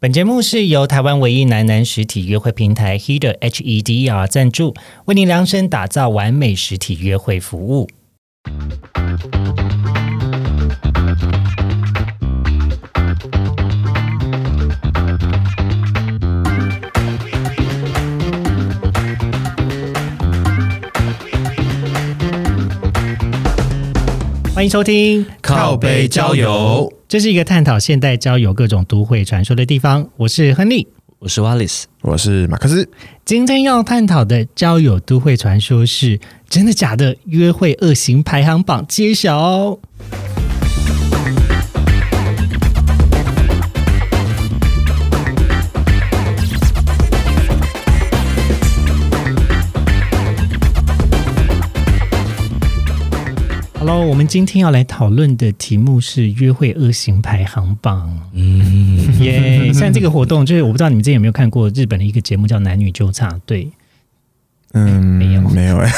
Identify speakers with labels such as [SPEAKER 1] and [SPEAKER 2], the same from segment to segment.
[SPEAKER 1] 本节目是由台湾唯一男男实体约会平台 Heder H E D E R 赞助，为您量身打造完美实体约会服务。欢迎收听，
[SPEAKER 2] 靠背交友，
[SPEAKER 1] 这是一个探讨现代交友各种都会传说的地方。我是亨利，
[SPEAKER 2] 我是 Wallace，
[SPEAKER 3] 我是马克思。
[SPEAKER 1] 今天要探讨的交友都会传说是真的假的？约会恶行排行榜揭晓哦！好喽，我们今天要来讨论的题目是约会恶行排行榜。
[SPEAKER 2] 嗯，
[SPEAKER 1] 耶！像这个活动，就是我不知道你们之前有没有看过日本的一个节目叫《男女纠察队》。
[SPEAKER 3] 嗯，
[SPEAKER 1] 没有
[SPEAKER 3] 没有哎、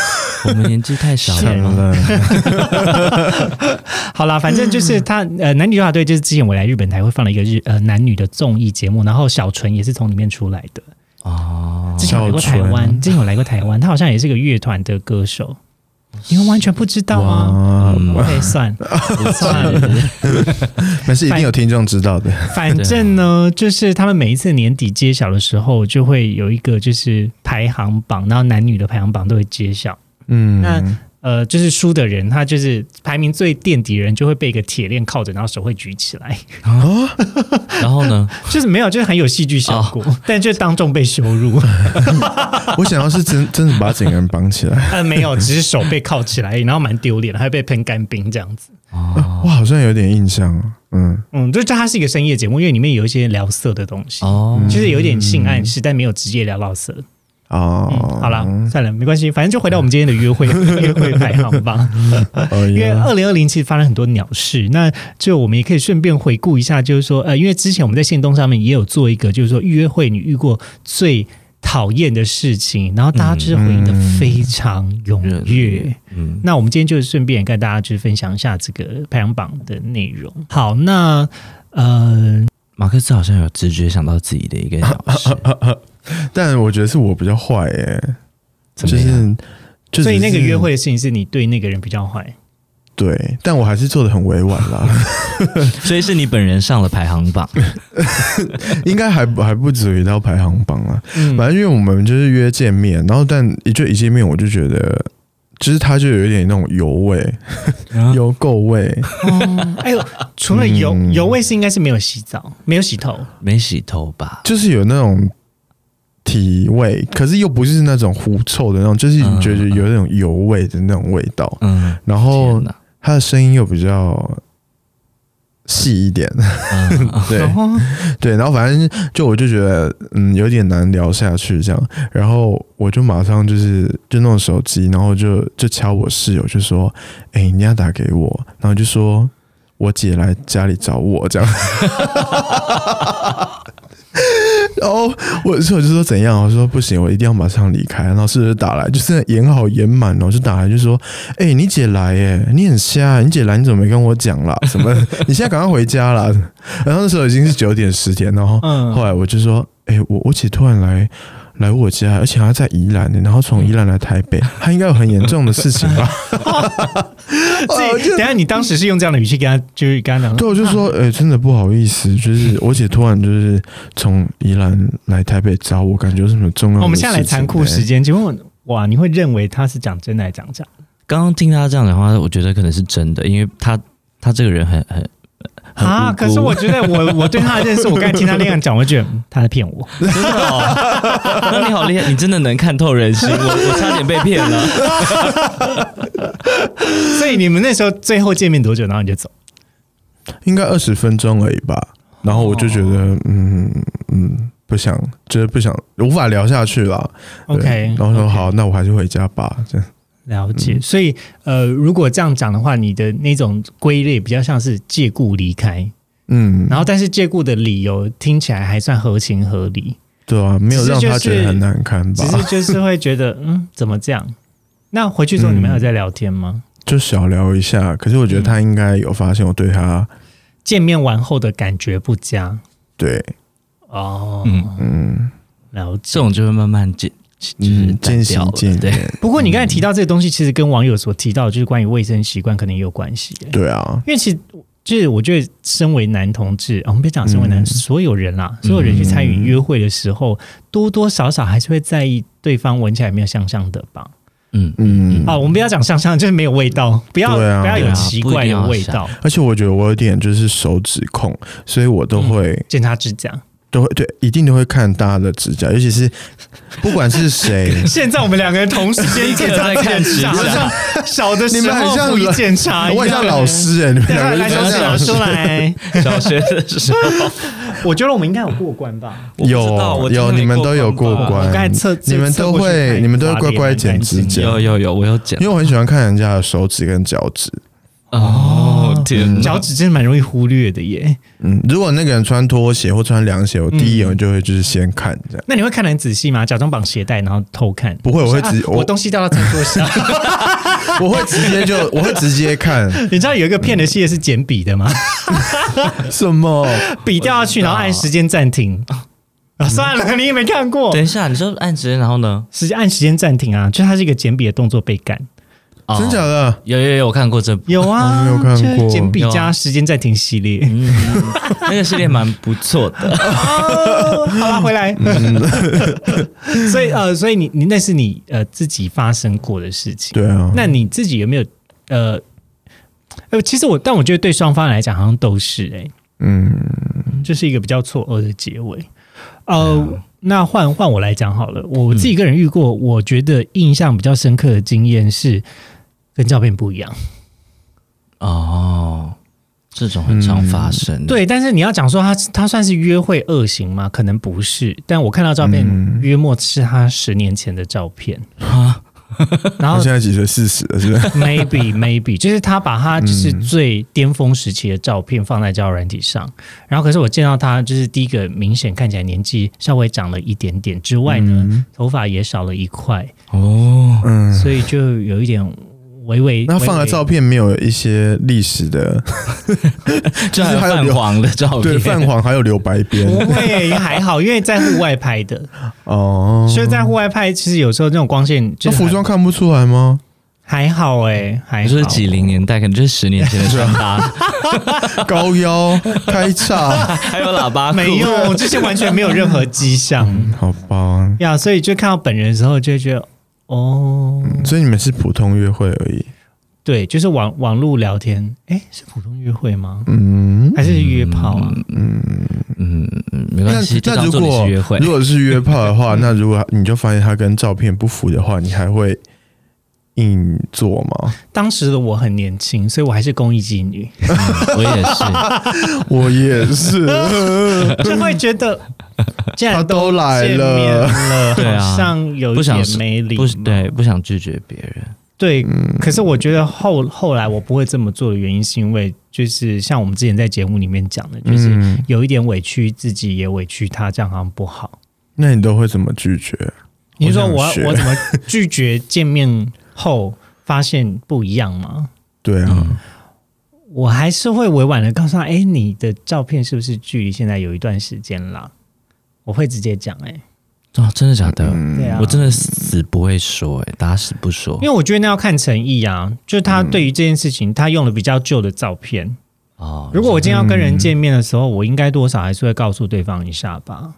[SPEAKER 2] 我们年纪太小
[SPEAKER 3] 怎么
[SPEAKER 2] 了，
[SPEAKER 3] 了？
[SPEAKER 1] 好啦，反正就是他呃，男女纠察队就是之前我来日本台会放了一个日呃男女的综艺节目，然后小纯也是从里面出来的。
[SPEAKER 3] 啊
[SPEAKER 2] 哦，
[SPEAKER 1] 之前有来过台
[SPEAKER 3] 小
[SPEAKER 1] 湾，之前有来过台湾，他好像也是个乐团的歌手，你们完全不知道吗？
[SPEAKER 3] 哇，
[SPEAKER 2] 嗯
[SPEAKER 1] 对，算
[SPEAKER 2] 不
[SPEAKER 1] 算
[SPEAKER 2] 是
[SPEAKER 1] 了，
[SPEAKER 3] 但是一定有听众知道的。
[SPEAKER 1] 反正呢，就是他们每一次年底揭晓的时候，就会有一个就是排行榜，然后男女的排行榜都会揭晓。
[SPEAKER 3] 嗯，
[SPEAKER 1] 那呃，就是输的人，他就是排名最垫底的人，就会被一个铁链铐着，然后手会举起来，
[SPEAKER 2] 然 后呢？
[SPEAKER 1] 就是没有，就是很有戏剧效果，但就当众被羞辱。
[SPEAKER 3] 我想要 是真真的把整个人绑起来，
[SPEAKER 1] 呃，没有，只是手被铐起来，然后蛮丢脸的，还被喷干冰这样子。
[SPEAKER 2] 哦
[SPEAKER 3] 我好像有点印象哦。嗯，
[SPEAKER 1] 嗯，就是它是一个深夜节目，因为里面有一些聊色的东西，
[SPEAKER 2] 哦，
[SPEAKER 1] 就是有点性暗示，但没有直接聊到色。嗯，
[SPEAKER 3] 哦，
[SPEAKER 1] 好啦，算了，没关系，反正就回到我们今天的约会 约会排行榜。
[SPEAKER 3] 哦
[SPEAKER 1] 因为
[SPEAKER 3] 呀，
[SPEAKER 1] 二零二零其实发生很多鸟事，那就我们也可以顺便回顾一下，就是说，呃，因为之前我们在线动上面也有做一个，就是说约会你遇过最讨厌的事情，然后大家就是回应的非常踊跃。
[SPEAKER 2] 嗯，
[SPEAKER 1] 那我们今天就是顺便跟大家去分享一下这个排行榜的内容。好，那呃，
[SPEAKER 2] 马克思好像有直觉想到自己的一个小 事，
[SPEAKER 3] 但我觉得是我比较坏哎、
[SPEAKER 2] 怎
[SPEAKER 3] 就
[SPEAKER 2] 么样？
[SPEAKER 3] 是就
[SPEAKER 1] 所以
[SPEAKER 3] 只
[SPEAKER 1] 那个
[SPEAKER 3] 是
[SPEAKER 1] 约会的事情是你对那个人比较坏，
[SPEAKER 3] 对，但我还是做的很委婉 啦，
[SPEAKER 2] 所以是你本人上了排行榜，
[SPEAKER 3] 应该还不还不至于到排行榜啦。
[SPEAKER 1] 嗯，
[SPEAKER 3] 反正因为我们就是约见面，然后但一就一见面我就觉得，就是他就有一点那种油味、
[SPEAKER 1] 嗯
[SPEAKER 3] 油垢味，
[SPEAKER 1] 哦哎呦，除了油、
[SPEAKER 3] 嗯
[SPEAKER 1] 油味是应该是没有洗澡，没有洗头，
[SPEAKER 2] 没洗头吧？
[SPEAKER 3] 就是有那种体味，可是又不是那种狐臭的那种，就是你觉得有那种油味的那种味道。
[SPEAKER 2] 嗯，
[SPEAKER 3] 然后
[SPEAKER 2] 天哪
[SPEAKER 3] 他的声音又比较细一点，
[SPEAKER 2] 嗯
[SPEAKER 3] 对
[SPEAKER 1] 然后
[SPEAKER 3] 对。然后反正就我就觉得嗯有点难聊下去这样，然后我就马上就是就弄手机，然后就就敲我室友就说：“哎、你要打给我。”然后就说。我姐来家里找我，这样， 然后我室友就说怎样，我说不行，我一定要马上离开。然后室友就打来，就是演好演满哦，就打来就说：“哎、你姐来耶，你很瞎，你姐来你怎么没跟我讲 啦？什么？你现在赶快回家啦！”然后那时候已经是九点十点，然后
[SPEAKER 1] 嗯
[SPEAKER 3] 后来我就说：“哎、我我姐突然来。”来我家，而且她在宜兰的，然后从宜兰来台北，
[SPEAKER 1] 嗯
[SPEAKER 3] 她应该有很严重的事情 吧？
[SPEAKER 1] 自己，等一下你当时是用这样的语气跟他，就是跟他讲，
[SPEAKER 3] 对，我就说，呃、真的不好意思，就是我姐突然就是从宜兰来台北找我，感觉有什么重
[SPEAKER 1] 哦
[SPEAKER 3] 要的事情、哎
[SPEAKER 1] 我们现在来残酷时
[SPEAKER 3] 事，
[SPEAKER 1] 间，请问我哇，你会认为他是讲真的还是讲假？
[SPEAKER 2] 刚刚听他这样讲话，我觉得可能是真的，因为他他这个人很 很很
[SPEAKER 1] 啊？
[SPEAKER 2] 无辜
[SPEAKER 1] 可是我觉得我我对他的认识，我刚才听他那样讲，我就觉得嗯他在骗我。
[SPEAKER 2] 真的哦， 那你好厉害，你真的能看透人心，我我差点被骗 了。
[SPEAKER 1] 所以你们那时候最后见面多久？然后你就走？
[SPEAKER 3] 应该二十分钟而已吧。然后我就觉得，
[SPEAKER 1] 哦
[SPEAKER 3] 嗯嗯，不想，就是不想，无法聊下去了。对
[SPEAKER 1] OK，
[SPEAKER 3] 然后说好，那我还是回家吧。这样
[SPEAKER 1] 了解。所以呃，如果这样讲的话，你的那种归类比较像是借故离开，
[SPEAKER 3] 嗯，
[SPEAKER 1] 然后但是借故的理由听起来还算合情合理，
[SPEAKER 3] 对啊，没有让
[SPEAKER 1] 只是就是
[SPEAKER 3] 他觉得很难堪吧
[SPEAKER 1] 只？ 是就是会觉得嗯，怎么这样？那回去之后你们还有在聊天吗？
[SPEAKER 3] 就小聊一下。可是我觉得他应该有发现我对他，
[SPEAKER 1] 见面完后的感觉不佳。
[SPEAKER 3] 对
[SPEAKER 1] 哦，
[SPEAKER 2] 嗯，
[SPEAKER 3] 嗯，
[SPEAKER 1] 了解。
[SPEAKER 2] 这种就会慢慢渐就是
[SPEAKER 3] 嗯，渐
[SPEAKER 2] 淡掉
[SPEAKER 3] 行
[SPEAKER 2] 了，
[SPEAKER 3] 渐
[SPEAKER 2] 对，
[SPEAKER 3] 远，
[SPEAKER 1] 不过你刚才提到这个东西，其实跟网友所提到的就是关于卫生习惯，可能也有关系耶。
[SPEAKER 3] 对啊，
[SPEAKER 1] 因为其实就是我觉得，身为男同志，啊、我们别讲身为男，
[SPEAKER 3] 嗯
[SPEAKER 1] 所有人啦，所有人去参与约会的时候，多多少少还是会在意对方闻起来有没有香香的吧。
[SPEAKER 2] 嗯，
[SPEAKER 3] 嗯，
[SPEAKER 1] 啊，我们不要讲香香，就是没有味道，不要、
[SPEAKER 3] 对啊
[SPEAKER 1] 不要有奇怪
[SPEAKER 2] 对啊
[SPEAKER 1] 的
[SPEAKER 2] 不一
[SPEAKER 1] 味
[SPEAKER 2] 定要
[SPEAKER 1] 道。
[SPEAKER 3] 而且我觉得我有点就是手指控，所以我都会、
[SPEAKER 1] 检查指甲。，
[SPEAKER 3] 都会对，一定都会看大家的指甲，尤其是不管是谁
[SPEAKER 1] 现在我们两个人同时间检 查
[SPEAKER 2] 一个在看指甲
[SPEAKER 1] 指甲，小的时
[SPEAKER 3] 你们很
[SPEAKER 1] 候
[SPEAKER 3] 像
[SPEAKER 1] 不宜检查一样，
[SPEAKER 3] 我也像老师哎、你们
[SPEAKER 1] 对。
[SPEAKER 3] 两
[SPEAKER 1] 来
[SPEAKER 3] 个
[SPEAKER 1] 来，
[SPEAKER 3] 就
[SPEAKER 1] 小
[SPEAKER 3] 像老
[SPEAKER 1] 姐
[SPEAKER 3] 师
[SPEAKER 1] 出来。
[SPEAKER 2] 小学的时候
[SPEAKER 1] 我觉得我们应该有过关吧？
[SPEAKER 2] 我不知道
[SPEAKER 3] 有
[SPEAKER 2] 我真的
[SPEAKER 3] 有，
[SPEAKER 2] 没
[SPEAKER 3] 你们都有过
[SPEAKER 2] 吧
[SPEAKER 1] 我
[SPEAKER 3] 关，
[SPEAKER 1] 刚才测
[SPEAKER 3] 你们
[SPEAKER 1] 测
[SPEAKER 3] 都
[SPEAKER 1] 过去
[SPEAKER 3] 会，
[SPEAKER 1] 看
[SPEAKER 3] 你们都会
[SPEAKER 1] 哇
[SPEAKER 3] 乖乖剪指甲，
[SPEAKER 2] 有有有，我有剪
[SPEAKER 3] 因为我很喜欢看人家的手指跟脚趾。
[SPEAKER 2] 哦，天哪，
[SPEAKER 1] 脚趾真的蛮容易忽略的耶。
[SPEAKER 3] 嗯，如果那个人穿拖鞋或穿凉鞋，我第一
[SPEAKER 1] 嗯
[SPEAKER 3] 眼就会就是先看这 样。
[SPEAKER 1] 那你会看得很仔细吗？假装绑鞋带，然后偷看？
[SPEAKER 3] 不会，我会直
[SPEAKER 1] 啊我东西掉到餐桌 上。
[SPEAKER 3] 我会直接就我会直接看
[SPEAKER 1] 你知道有一个骗的系列是捡笔的吗？
[SPEAKER 3] 什么？
[SPEAKER 1] 笔掉下去，然后按时间暂停。
[SPEAKER 3] 嗯
[SPEAKER 1] 啊，算了，你也没看过
[SPEAKER 2] 等。一下，你说按时间，然后呢？
[SPEAKER 1] 时间按时间暂停啊，就它是一个捡笔的动作被干。
[SPEAKER 2] 哦
[SPEAKER 3] 真假的？
[SPEAKER 2] 有有有，我看过 这部，
[SPEAKER 1] 有啊，
[SPEAKER 3] 我没有看过
[SPEAKER 1] 就是简笔
[SPEAKER 2] 有
[SPEAKER 1] 加
[SPEAKER 2] 啊
[SPEAKER 1] 时间暂停系列。
[SPEAKER 2] 嗯，那个系列蛮不错
[SPEAKER 3] 啊
[SPEAKER 2] 的。
[SPEAKER 1] 哦 好啦，回来。
[SPEAKER 3] 嗯
[SPEAKER 1] 所以呃，所以你你那是你呃自己发生过的事情。
[SPEAKER 3] 对啊，
[SPEAKER 1] 那你自己有没有呃呃？其实我，但我觉得对双方来讲，好像都是哎、
[SPEAKER 3] 嗯，
[SPEAKER 1] 这是一个比较错愕的结尾。呃，那换换我来讲好了，我自己个人遇过，我觉得印象比较深刻的经验是跟照片不一样。
[SPEAKER 2] 哦，这种很常发生。，
[SPEAKER 1] 对，但是你要讲说他他算是约会恶行吗？可能不是，但我看到照片，约莫是他十年前的照片然
[SPEAKER 3] 他
[SPEAKER 1] 后
[SPEAKER 3] 现在几岁？四十了，是不是？
[SPEAKER 1] maybe maybe 就是他把他就是
[SPEAKER 3] 嗯
[SPEAKER 1] 最巅峰时期的照片放在交友软体上，然后可是我见到他就是第一个明显看起来年纪稍微长了一点点之外呢，头发也少了一块，
[SPEAKER 2] 哦，
[SPEAKER 3] 嗯，
[SPEAKER 1] 所以就有一点微微
[SPEAKER 3] 那放
[SPEAKER 1] 微
[SPEAKER 3] 的
[SPEAKER 1] 微
[SPEAKER 3] 照片没有一些历史的，
[SPEAKER 2] 这还有
[SPEAKER 3] 还有
[SPEAKER 2] 泛
[SPEAKER 3] 留
[SPEAKER 2] 黄的
[SPEAKER 1] 哦
[SPEAKER 2] 照
[SPEAKER 3] 对，
[SPEAKER 2] 片，
[SPEAKER 3] 泛黄还有留白
[SPEAKER 1] 不
[SPEAKER 3] 边
[SPEAKER 1] 会还好，因为在户外拍的，
[SPEAKER 3] 哦。
[SPEAKER 1] 所以在户外拍其实有时候那种光线就
[SPEAKER 3] 那
[SPEAKER 1] 是
[SPEAKER 3] 服
[SPEAKER 1] 很
[SPEAKER 3] 装看不出来吗？
[SPEAKER 1] 还好哎、欸，还
[SPEAKER 2] 你
[SPEAKER 1] 好
[SPEAKER 2] 说是几零年代，可能就是十年前的穿搭，
[SPEAKER 3] 高腰、开叉，
[SPEAKER 2] 还有喇叭裤。
[SPEAKER 1] 没有，这些完全没有任何迹象
[SPEAKER 3] 好吧。
[SPEAKER 1] 呀，所以就看到本人的时候就会觉得哦，
[SPEAKER 3] 嗯所以你们是普通约会而已。
[SPEAKER 1] 对，就是网网络聊天，哎，是普通约会吗？
[SPEAKER 3] 嗯，
[SPEAKER 1] 还是约炮啊？
[SPEAKER 2] 嗯，嗯，没
[SPEAKER 3] 那
[SPEAKER 2] 关系，就
[SPEAKER 3] 那
[SPEAKER 2] 当
[SPEAKER 3] 如
[SPEAKER 2] 做你
[SPEAKER 3] 果
[SPEAKER 2] 是约会
[SPEAKER 3] 如。果是约炮的 话，那如果你就发现他跟照片不符的话，你还会硬做 吗？
[SPEAKER 1] 当时的我很年轻，所以我还是公益妓 女，
[SPEAKER 2] 我也是，
[SPEAKER 3] 我也是，
[SPEAKER 1] 就会觉得既
[SPEAKER 3] 他
[SPEAKER 1] 然
[SPEAKER 3] 都来
[SPEAKER 1] 见面
[SPEAKER 3] 了，
[SPEAKER 1] 了，
[SPEAKER 2] 对啊
[SPEAKER 1] 好像有
[SPEAKER 2] 不
[SPEAKER 1] 一
[SPEAKER 2] 想
[SPEAKER 1] 点没礼
[SPEAKER 2] 不
[SPEAKER 1] 貌。
[SPEAKER 2] 是对，不想拒绝别人。
[SPEAKER 1] 对，
[SPEAKER 3] 嗯
[SPEAKER 1] 可是我觉得后后来我不会这么做的原因，是因为就是像我们之前在节目里面讲的，就是
[SPEAKER 3] 嗯，
[SPEAKER 1] 有一点委屈自己，也委屈他，这样好像不好。
[SPEAKER 3] 那你都会怎么拒绝？
[SPEAKER 1] 你是说
[SPEAKER 3] 我
[SPEAKER 1] 我
[SPEAKER 3] 想学
[SPEAKER 1] 我怎么拒绝见面后发现不一样吗？
[SPEAKER 3] 对啊，
[SPEAKER 1] 我还是会委婉的告诉他，哎、你的照片是不是距离现在有一段时间啦？我会直接讲，哎，
[SPEAKER 2] 哦，真的假的？
[SPEAKER 3] 嗯
[SPEAKER 1] 对啊，
[SPEAKER 2] 我真的死不会说，哎，打死不说
[SPEAKER 1] 因。为我觉得那要看诚意啊，就是他对于这件事情，他用了比较旧的照片。
[SPEAKER 3] 嗯
[SPEAKER 2] 哦，
[SPEAKER 1] 如果我今天要跟人见面的时候，我应该多少还是会告诉对方一下吧。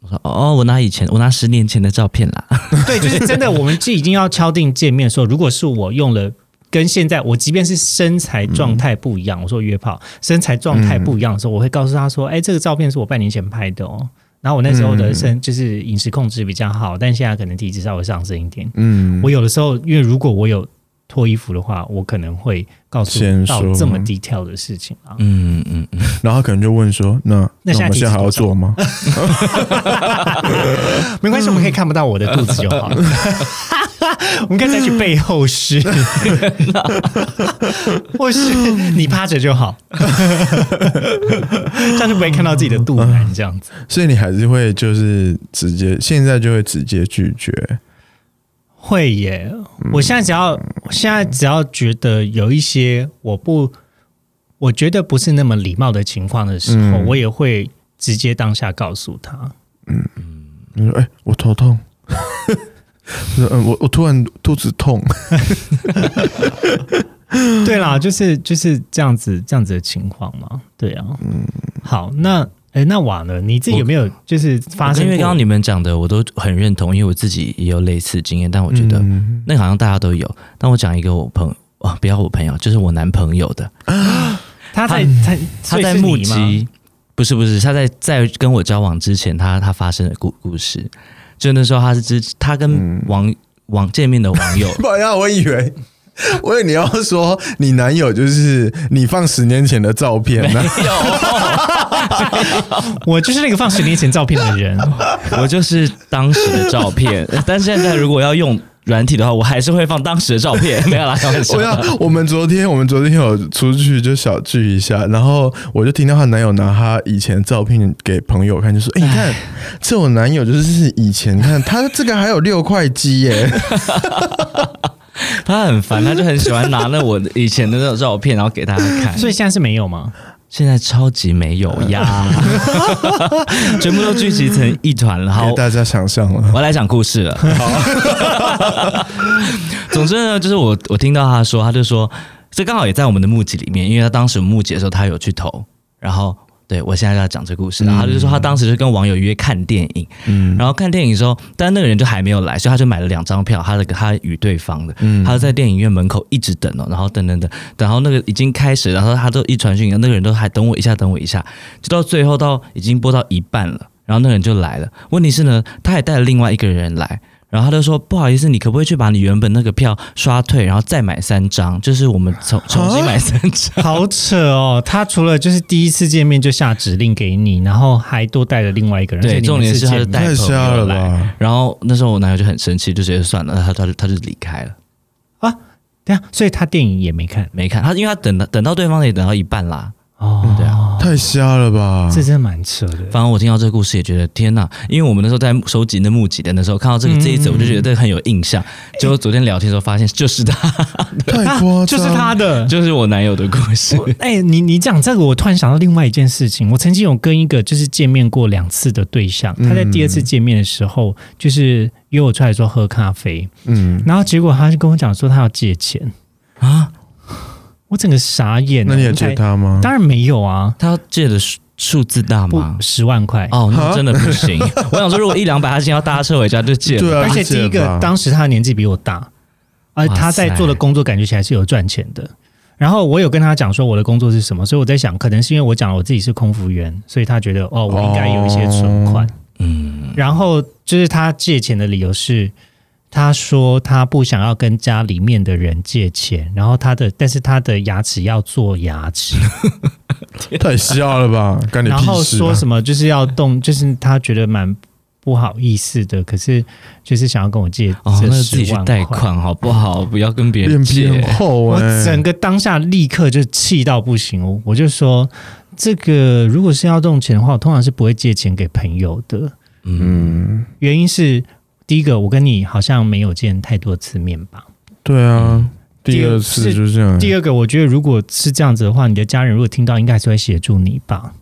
[SPEAKER 2] 我说哦，我拿以前，我拿十年前的照片啦。
[SPEAKER 1] 对，就是真的，我们既已经要敲定见面的时候，如果是我用了。跟现在我即便是身
[SPEAKER 3] 嗯
[SPEAKER 1] 材状态不一样，我说约炮身材状态不一样的时候，我会告诉他说：“哎、这个照片是我半年前拍的哦。”然后我那时
[SPEAKER 3] 嗯
[SPEAKER 1] 候的身、就是饮食控制比较好，但现在可能体脂稍微上升一点。
[SPEAKER 3] 嗯
[SPEAKER 1] 我，有的时候，因为如果我有脱衣服的话，我可能会告诉
[SPEAKER 3] 先
[SPEAKER 1] 到
[SPEAKER 3] 说
[SPEAKER 1] 这么 detail 的事情啊。
[SPEAKER 2] 嗯 嗯嗯，
[SPEAKER 3] 然后可能就问说，那
[SPEAKER 1] 那
[SPEAKER 3] 那我
[SPEAKER 1] 下
[SPEAKER 3] 们
[SPEAKER 1] 体
[SPEAKER 3] 现在
[SPEAKER 1] 是
[SPEAKER 3] 还要
[SPEAKER 1] 多少
[SPEAKER 3] 做吗？
[SPEAKER 1] 没关系，我们可以看不到我的肚子就好了。 我们可以采取背后式，或是你趴着就好，这样就不会看到自己的肚腩这样子。
[SPEAKER 3] 所以你还是会就是直接，现在就会直接拒绝。
[SPEAKER 1] 会耶！我现在只要我现在只要觉得有一些我不我觉得不是那么礼貌的情况的时候，
[SPEAKER 3] 嗯
[SPEAKER 1] 我也会直接当下告诉他。
[SPEAKER 3] 你说：“哎、我头痛。” 我说：“嗯，我我突然肚子痛。
[SPEAKER 1] 对啦，就是就是这样子这样子的情况嘛。对啊，嗯，好，那哎，那瓦呢？你自己有没有就是发生
[SPEAKER 2] 因
[SPEAKER 1] 过？
[SPEAKER 2] 为刚刚你们讲的我都很认同，因为我自己也有类似经验，但”我觉得
[SPEAKER 3] 嗯，
[SPEAKER 2] 那个好像大家都有。但我讲一个我朋啊，不要我朋友，就是我男朋友的，
[SPEAKER 1] 他在他
[SPEAKER 2] 他在目
[SPEAKER 1] 目击，
[SPEAKER 2] 击，不是不是，他在在跟我交往之前，他他发生的故故事，就那时候他是知他跟网、网见面的网 友
[SPEAKER 3] 不然啊我以为。我以为你要说你男友就是你放十年前的照片呢、
[SPEAKER 1] 我就是那个放十年前照片的 人。
[SPEAKER 2] 我就是当时的照片，但现在如果要用软体的话，我还是会放当时的照 片，没有啦，开玩笑
[SPEAKER 3] 我。要，我们昨天我们昨天有出去就小聚一下，然后我就听到她男友拿她以前照片给朋友看，就说：“哎、你看，这我男友就是以前看他这个还有六块肌耶。
[SPEAKER 2] 他很烦，他就很喜欢拿那我以前的那种照片，然后给大家看。
[SPEAKER 1] 所以现在是没有吗？
[SPEAKER 2] 现在超级没有呀，全部都聚集成一团了。”好
[SPEAKER 3] 给，大家想象了，
[SPEAKER 2] 我来讲故事了。 总之呢，就是我我听到他说，他就说，这刚好也在我们的募集里面，因为他当时募集的时候他有去投，然后对我现在就要讲这故事，然后他就说他当时是跟网友约看电影，
[SPEAKER 3] 嗯
[SPEAKER 2] 然后看电影的时候，但那个人就还没有来，所以他就买了两张票，他的他与对方的，
[SPEAKER 3] 嗯
[SPEAKER 2] 他就在电影院门口一直等哦，然后等等等，然后那个已经开始，然后他都一传讯，那个人都还等我一下，等我一下，就到最后到已经播到一半了，然后那个人就来了。问题是呢，他也带了另外一个人来，然后他就说不好意思，你可不可以去把你原本那个票刷退，然后再买三张，就是我们重重新买三张。
[SPEAKER 1] 好扯哦！他除了就是第一次见面就下指令给你，然后还多带了另外一个人。
[SPEAKER 2] 对
[SPEAKER 1] 所以你们
[SPEAKER 2] 重点是他就
[SPEAKER 1] 见面
[SPEAKER 2] 带
[SPEAKER 3] 太瞎了
[SPEAKER 2] 朋友
[SPEAKER 3] 吧？
[SPEAKER 2] 然后那时候我男友就很生气，就直接算了，他他就他就离开了，
[SPEAKER 1] 对啊，所以他电影也没看
[SPEAKER 2] 没看他，因为他等到等到对方也等到一半啦。
[SPEAKER 1] 哦。
[SPEAKER 2] 嗯对
[SPEAKER 1] 啊，
[SPEAKER 3] 太瞎了吧？
[SPEAKER 1] 这真的蛮扯的。
[SPEAKER 2] 反正我听到这个故事也觉得天呐，因为我们那时候在收集那募集的那时候看到这个这一则，我就觉得这个很有印象。结果昨天聊天的时候发现就是他，
[SPEAKER 3] 太
[SPEAKER 1] 啊
[SPEAKER 3] 夸张、
[SPEAKER 1] 就是他的，
[SPEAKER 2] 就是我男友的故事。
[SPEAKER 1] 哎、你你讲这个，我突然想到另外一件事情。我曾经有跟一个就是见面过两次的对象，他在第二
[SPEAKER 3] 嗯
[SPEAKER 1] 次见面的时候，就是约我出来说喝咖啡，
[SPEAKER 3] 嗯，
[SPEAKER 1] 然后结果他就跟我讲说他要借钱 啊，我整个傻眼。
[SPEAKER 3] 那你也
[SPEAKER 1] 我才
[SPEAKER 3] 接？他吗？
[SPEAKER 1] 当然没有啊，
[SPEAKER 2] 他借的数数字大
[SPEAKER 1] 不
[SPEAKER 2] 吗？
[SPEAKER 1] 十万块。
[SPEAKER 2] 哦，那
[SPEAKER 3] 啊
[SPEAKER 2] 真的不行。我想说，如果一两百，他今天要搭车回家就借了。
[SPEAKER 3] 对啊，
[SPEAKER 1] 而且
[SPEAKER 3] 就借
[SPEAKER 1] 第一个
[SPEAKER 3] 吧，
[SPEAKER 1] 当时他的年纪比我大，而
[SPEAKER 2] 哇塞
[SPEAKER 1] 他在做的工作感觉起来是有赚钱的。然后我有跟他讲说我的工作是什么，所以我在想，可能是因为我讲了我自己是空服员，所以他觉得哦，我应该有一些存款。
[SPEAKER 2] 嗯，
[SPEAKER 1] 然后就是他借钱的理由是，他说他不想要跟家里面的人借钱，然后他的但是他的牙齿要做牙 齿，
[SPEAKER 3] 太瞎了吧？干你屁
[SPEAKER 1] 然
[SPEAKER 3] 事、啊！
[SPEAKER 1] 后说什么就是要动，就是他觉得蛮不好意思的，可是就是想要跟我借
[SPEAKER 2] 哦，
[SPEAKER 1] 这
[SPEAKER 2] 那自己
[SPEAKER 1] 十
[SPEAKER 2] 去
[SPEAKER 1] 万
[SPEAKER 2] 贷
[SPEAKER 1] 块。
[SPEAKER 2] 款好不好？不要跟别人
[SPEAKER 3] 脸皮
[SPEAKER 2] 借。
[SPEAKER 3] 很厚
[SPEAKER 1] 我
[SPEAKER 3] 哎、
[SPEAKER 1] 整个当下立刻就气到不行，我我就说，这个如果是要动钱的话，我通常是不会借钱给朋友的。
[SPEAKER 2] 嗯，
[SPEAKER 3] 嗯，
[SPEAKER 1] 原因是第一个，我跟你好像没有见太多次面吧。
[SPEAKER 3] 对啊
[SPEAKER 2] 嗯，
[SPEAKER 3] 第二次就这样。
[SPEAKER 1] 第二个，我觉得如果是这样子的话，你的家人如果听到，应该还是会协助你吧。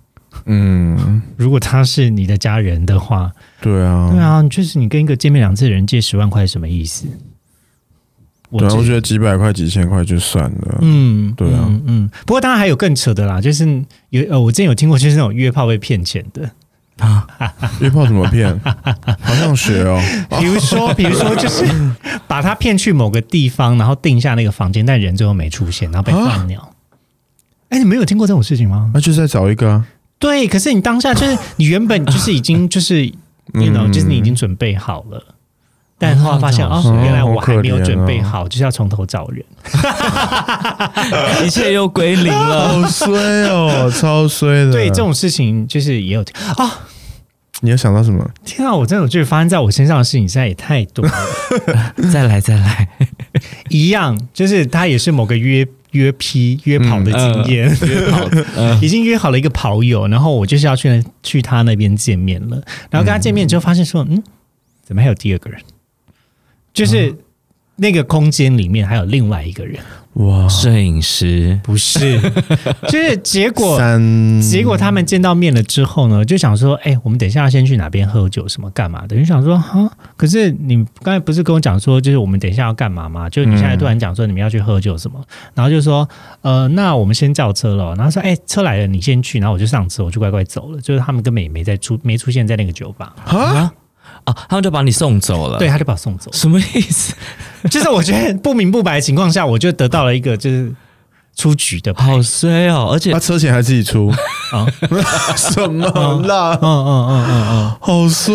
[SPEAKER 3] 嗯，
[SPEAKER 1] 如果他是你的家人的话，
[SPEAKER 3] 对啊，
[SPEAKER 1] 对啊，就是你跟一个见面两次的人借十万块，什么意思？我
[SPEAKER 3] 对啊，
[SPEAKER 1] 觉
[SPEAKER 3] 我
[SPEAKER 1] 得
[SPEAKER 3] 觉得几百块、几千块就算了。
[SPEAKER 1] 嗯，
[SPEAKER 3] 对啊
[SPEAKER 1] 嗯嗯。不过当然还有更扯的啦，就是有呃，我之前有听过，就是那种约炮被骗钱的，
[SPEAKER 3] 约炮怎么骗？ 好想学 哦。
[SPEAKER 1] 比如说，比如说 就是把他骗去某个地方，然后定下那个房间，但人最后没出现，然后被放鸟。啊哎、你们有听过这种事情吗？
[SPEAKER 3] 那就再找一个啊。
[SPEAKER 1] 对，可是你当下就是你原本就是已经就是，you
[SPEAKER 3] 嗯
[SPEAKER 1] know，就是你已经准备好了，但后来发现哦
[SPEAKER 2] 哦，
[SPEAKER 1] 原来我还没有
[SPEAKER 3] 好可怜哦
[SPEAKER 1] 准备好，就是要从头找人。
[SPEAKER 2] 一切又归 零了。
[SPEAKER 3] 好衰 哦，超衰的。
[SPEAKER 1] 对这种事情，就是也有啊，
[SPEAKER 3] 你有想到什么？
[SPEAKER 1] 天啊！我真的觉得发生在我身上的事情实在也太多了。
[SPEAKER 2] 再来，再来。
[SPEAKER 1] 一样，就是他也是某个约约批约跑的经验，已经约好了一个跑友，然后我就是要去那去他那边见面了，然后跟他见面之后发现说，嗯，怎么还有第二个人？就是。那个空间里面还有另外一个人，
[SPEAKER 3] 哇，
[SPEAKER 2] 摄影师
[SPEAKER 1] 不是，就是结果。
[SPEAKER 3] 三
[SPEAKER 1] 结果他们见到面了之后呢，就想说：“哎、我们等一下要先去哪边喝酒，什么干嘛的？”就想说：“哈，可是你刚才不是跟我讲说，就是我们等一下要干嘛吗？就你现在突然讲说你们要去喝酒什么，然后就说：呃，那我们先叫车了。然后说：哎、车来了，你先去。然后我就上车，我就乖乖走了。就是他们根本也没在出，没出现在那个酒吧。
[SPEAKER 3] 啊，
[SPEAKER 2] 啊，他们就把你送走了，
[SPEAKER 1] 对，，他就把我送走了。
[SPEAKER 2] 什么意思？
[SPEAKER 1] 就是我觉得不明不白的情况下，我就得到了一个就是出局的牌。
[SPEAKER 2] 好衰哦，而且
[SPEAKER 3] 他车钱还自己出
[SPEAKER 1] 啊
[SPEAKER 3] 啊？ 什么啦？
[SPEAKER 1] 嗯嗯嗯嗯嗯，
[SPEAKER 3] 好衰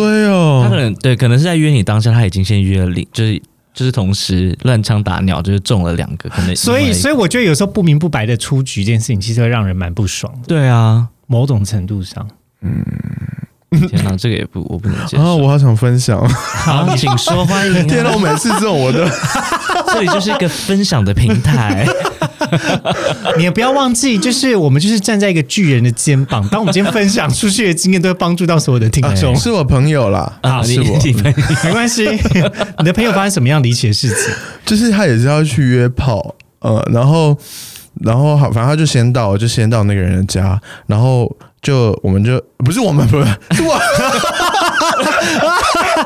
[SPEAKER 2] 他
[SPEAKER 3] 哦！
[SPEAKER 2] 可能对，可能是在约你当下，他已经先约了另，就是就是同时乱枪打鸟，就是中了两个，可能
[SPEAKER 1] 所以所
[SPEAKER 2] 以
[SPEAKER 1] 以我觉得有时候不明不白的出局这件事情，其实会让人蛮不爽的。
[SPEAKER 2] 对啊，
[SPEAKER 1] 某种程度上，
[SPEAKER 2] 天哪，这个也不我不能接
[SPEAKER 3] 啊，
[SPEAKER 2] 受。
[SPEAKER 3] 我好想分享。
[SPEAKER 2] 好，请说，欢迎、
[SPEAKER 3] 天哪，
[SPEAKER 2] 啊
[SPEAKER 3] 我，每次这种我都
[SPEAKER 2] 这里就是一个分享的平台，
[SPEAKER 1] 你也不要忘记，就是我们就是站在一个巨人的肩膀，当我们今天分享出去的经验，都会帮助到所有的听众。
[SPEAKER 3] 啊是我朋友啦，
[SPEAKER 2] 哎啊，
[SPEAKER 3] 是
[SPEAKER 2] 你
[SPEAKER 3] 我，
[SPEAKER 2] 你分
[SPEAKER 1] 没关系，你的朋友发生什么样离奇的事情？
[SPEAKER 3] 就是他也是要去约炮，呃，然后然后好，反正他就先到，就先到那个人的家，然后就我们就不是我们，不是 是我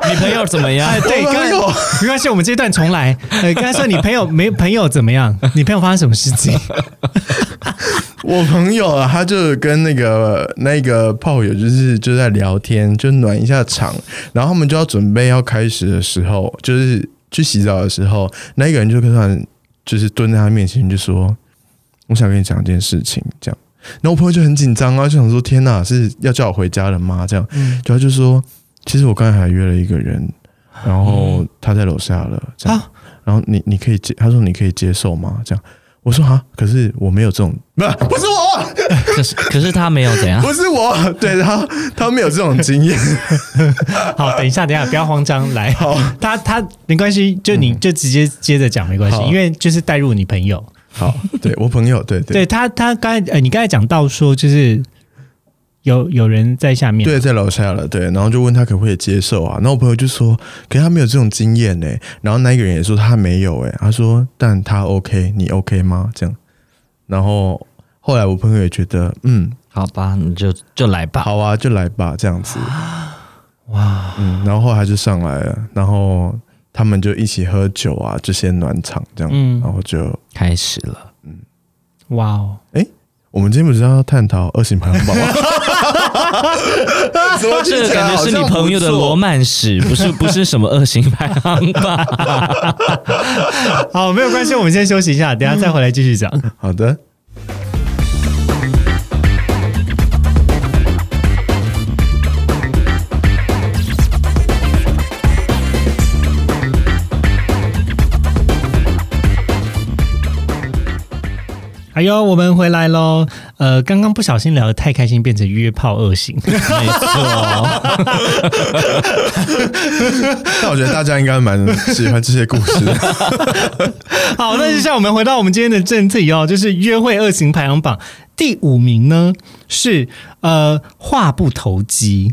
[SPEAKER 2] 你朋友怎么样
[SPEAKER 1] 哎，？对，
[SPEAKER 3] 我
[SPEAKER 1] 刚才
[SPEAKER 3] 朋友
[SPEAKER 1] 没关系，我们这一段重来。呃，刚才说你朋友没朋友怎么样？你朋友发生什么事 情？
[SPEAKER 3] 我朋友啊，他就跟那个那个炮友就是就在聊天，就暖一下场，然后他们就要准备要开始的时候，就是去洗澡的时候，那一个人就跟他就是蹲在他面前就说：“我想跟你讲一件事情。”这样，然后我朋友就很紧张啊，就想说：“天哪，是要叫我回家了吗？”这样，
[SPEAKER 1] 嗯
[SPEAKER 3] 就他就说：“其实我刚才还约了一个人，然后他在楼下了。”这样，
[SPEAKER 1] 啊
[SPEAKER 3] 然后你你可以接，他说你可以接受吗？这样。我说啊，可是我没有这种， 啊不是不是我，
[SPEAKER 2] 可是可是他没有怎样，
[SPEAKER 3] 不是我， 对他，他没有这种经验。
[SPEAKER 1] 好，等一下，等一下，不要慌张，来，
[SPEAKER 3] 好嗯
[SPEAKER 1] 他他没关系，就你就直接接着讲没关系，
[SPEAKER 3] 好
[SPEAKER 1] 因为就是带入你朋友，
[SPEAKER 3] 好，对我朋友，对
[SPEAKER 1] 对
[SPEAKER 3] 对
[SPEAKER 1] 他他刚才呃，你刚才讲到说就是有有人在下面，
[SPEAKER 3] 对，在楼下了，对，然后就问他可不可以接受啊？然后我朋友就说，可是他没有这种经验呢、然后那一个人也说他没有、欸，他说但他 OK，你 OK 吗？这样，然后后来我朋友也觉得，嗯，
[SPEAKER 2] 好吧，你就就来吧。
[SPEAKER 3] 好啊，就来吧，这样子。哇，嗯，然后后来就上来了，然后他们就一起喝酒啊，这些暖场这样，
[SPEAKER 1] 嗯
[SPEAKER 3] 然后就。
[SPEAKER 2] 开始了，
[SPEAKER 1] 哇哦，
[SPEAKER 3] 我们今天不是要探讨二型排行榜吗？ 怎么
[SPEAKER 2] 这个感觉是你朋友的罗曼史，不是不是什么恶行排行榜。
[SPEAKER 1] 好，没有关系，我们先休息一下，等一下再回来继续讲。
[SPEAKER 3] 好的，
[SPEAKER 1] 哎呦，我们回来喽，呃，刚刚不小心聊得太开心，变成约炮恶行，
[SPEAKER 2] 没错，
[SPEAKER 3] 但我觉得大家应该蛮喜欢这些故事的。
[SPEAKER 1] 好，那就像我们回到我们今天的正题哦，就是约会恶行排行榜第五名呢是呃话不投机。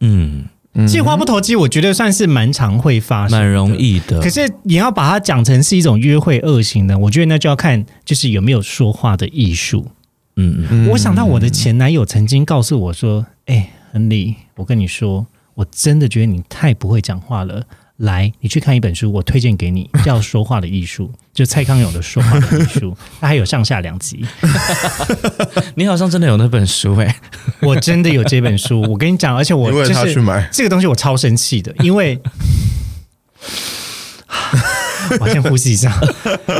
[SPEAKER 2] 嗯，
[SPEAKER 1] 其实话不投机，我觉得算是蛮常会发生。
[SPEAKER 2] 蛮容易
[SPEAKER 3] 嗯
[SPEAKER 2] 的
[SPEAKER 1] 可。是你要把它讲成是一种约会恶行呢，我觉得那就要看就是有没有说话的艺术。
[SPEAKER 2] 嗯，嗯，
[SPEAKER 1] 我想到我的前男友曾经告诉我说：“哎、亨利，我跟你说，我真的觉得你太不会讲话了。来，你去看一本书，我推荐给 你，叫《说话的艺术》，就蔡康永的《说话的艺术》，它还有上下两 集。
[SPEAKER 2] 你好像真的有那本书哎、
[SPEAKER 1] 我真的有这本书，我跟你讲，而且我
[SPEAKER 3] 你为了
[SPEAKER 1] 就
[SPEAKER 3] 他去
[SPEAKER 1] 是
[SPEAKER 3] 买，
[SPEAKER 1] 这个东西我超生气的，因为。我先呼吸一下，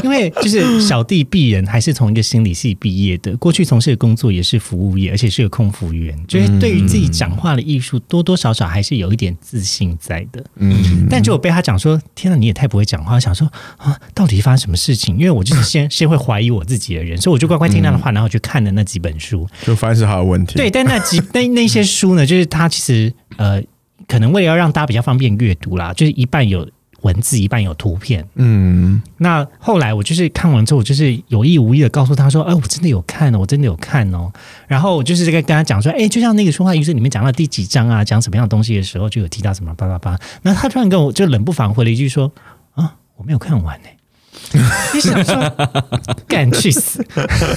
[SPEAKER 1] 因为就是小弟鄙人还是从一个心理系毕业的，过去从事的工作也是服务业，而且是个空服员，就是对于自己讲话的艺术，多多少少还是有一点自信在的。
[SPEAKER 3] 嗯，
[SPEAKER 1] 但就我被他讲说，天哪，你也太不会讲话，想说啊，到底发生什么事情？因为我就是先先会怀疑我自己的人，所以我就乖乖听他的话，然后去看了那几本书。
[SPEAKER 3] 就发现是他的问题。
[SPEAKER 1] 对，，但那几那那些书呢，就是它其实呃，可能为了要让大家比较方便阅读啦，就是一半有文字，一半有图片。
[SPEAKER 3] 嗯，
[SPEAKER 1] 那后来我就是看完之后，我就是有意无意的告诉他说：“哎、我真的有看哦，我真的有看哦。”然后我就是这个跟他讲说：“哎、就像那个说话仪式里面讲到第几章啊，讲什么样的东西的时候，就有提到什么叭叭叭。”然后他突然跟我就冷不防回了一句说：“啊，我没有看完呢、你想说，干去死！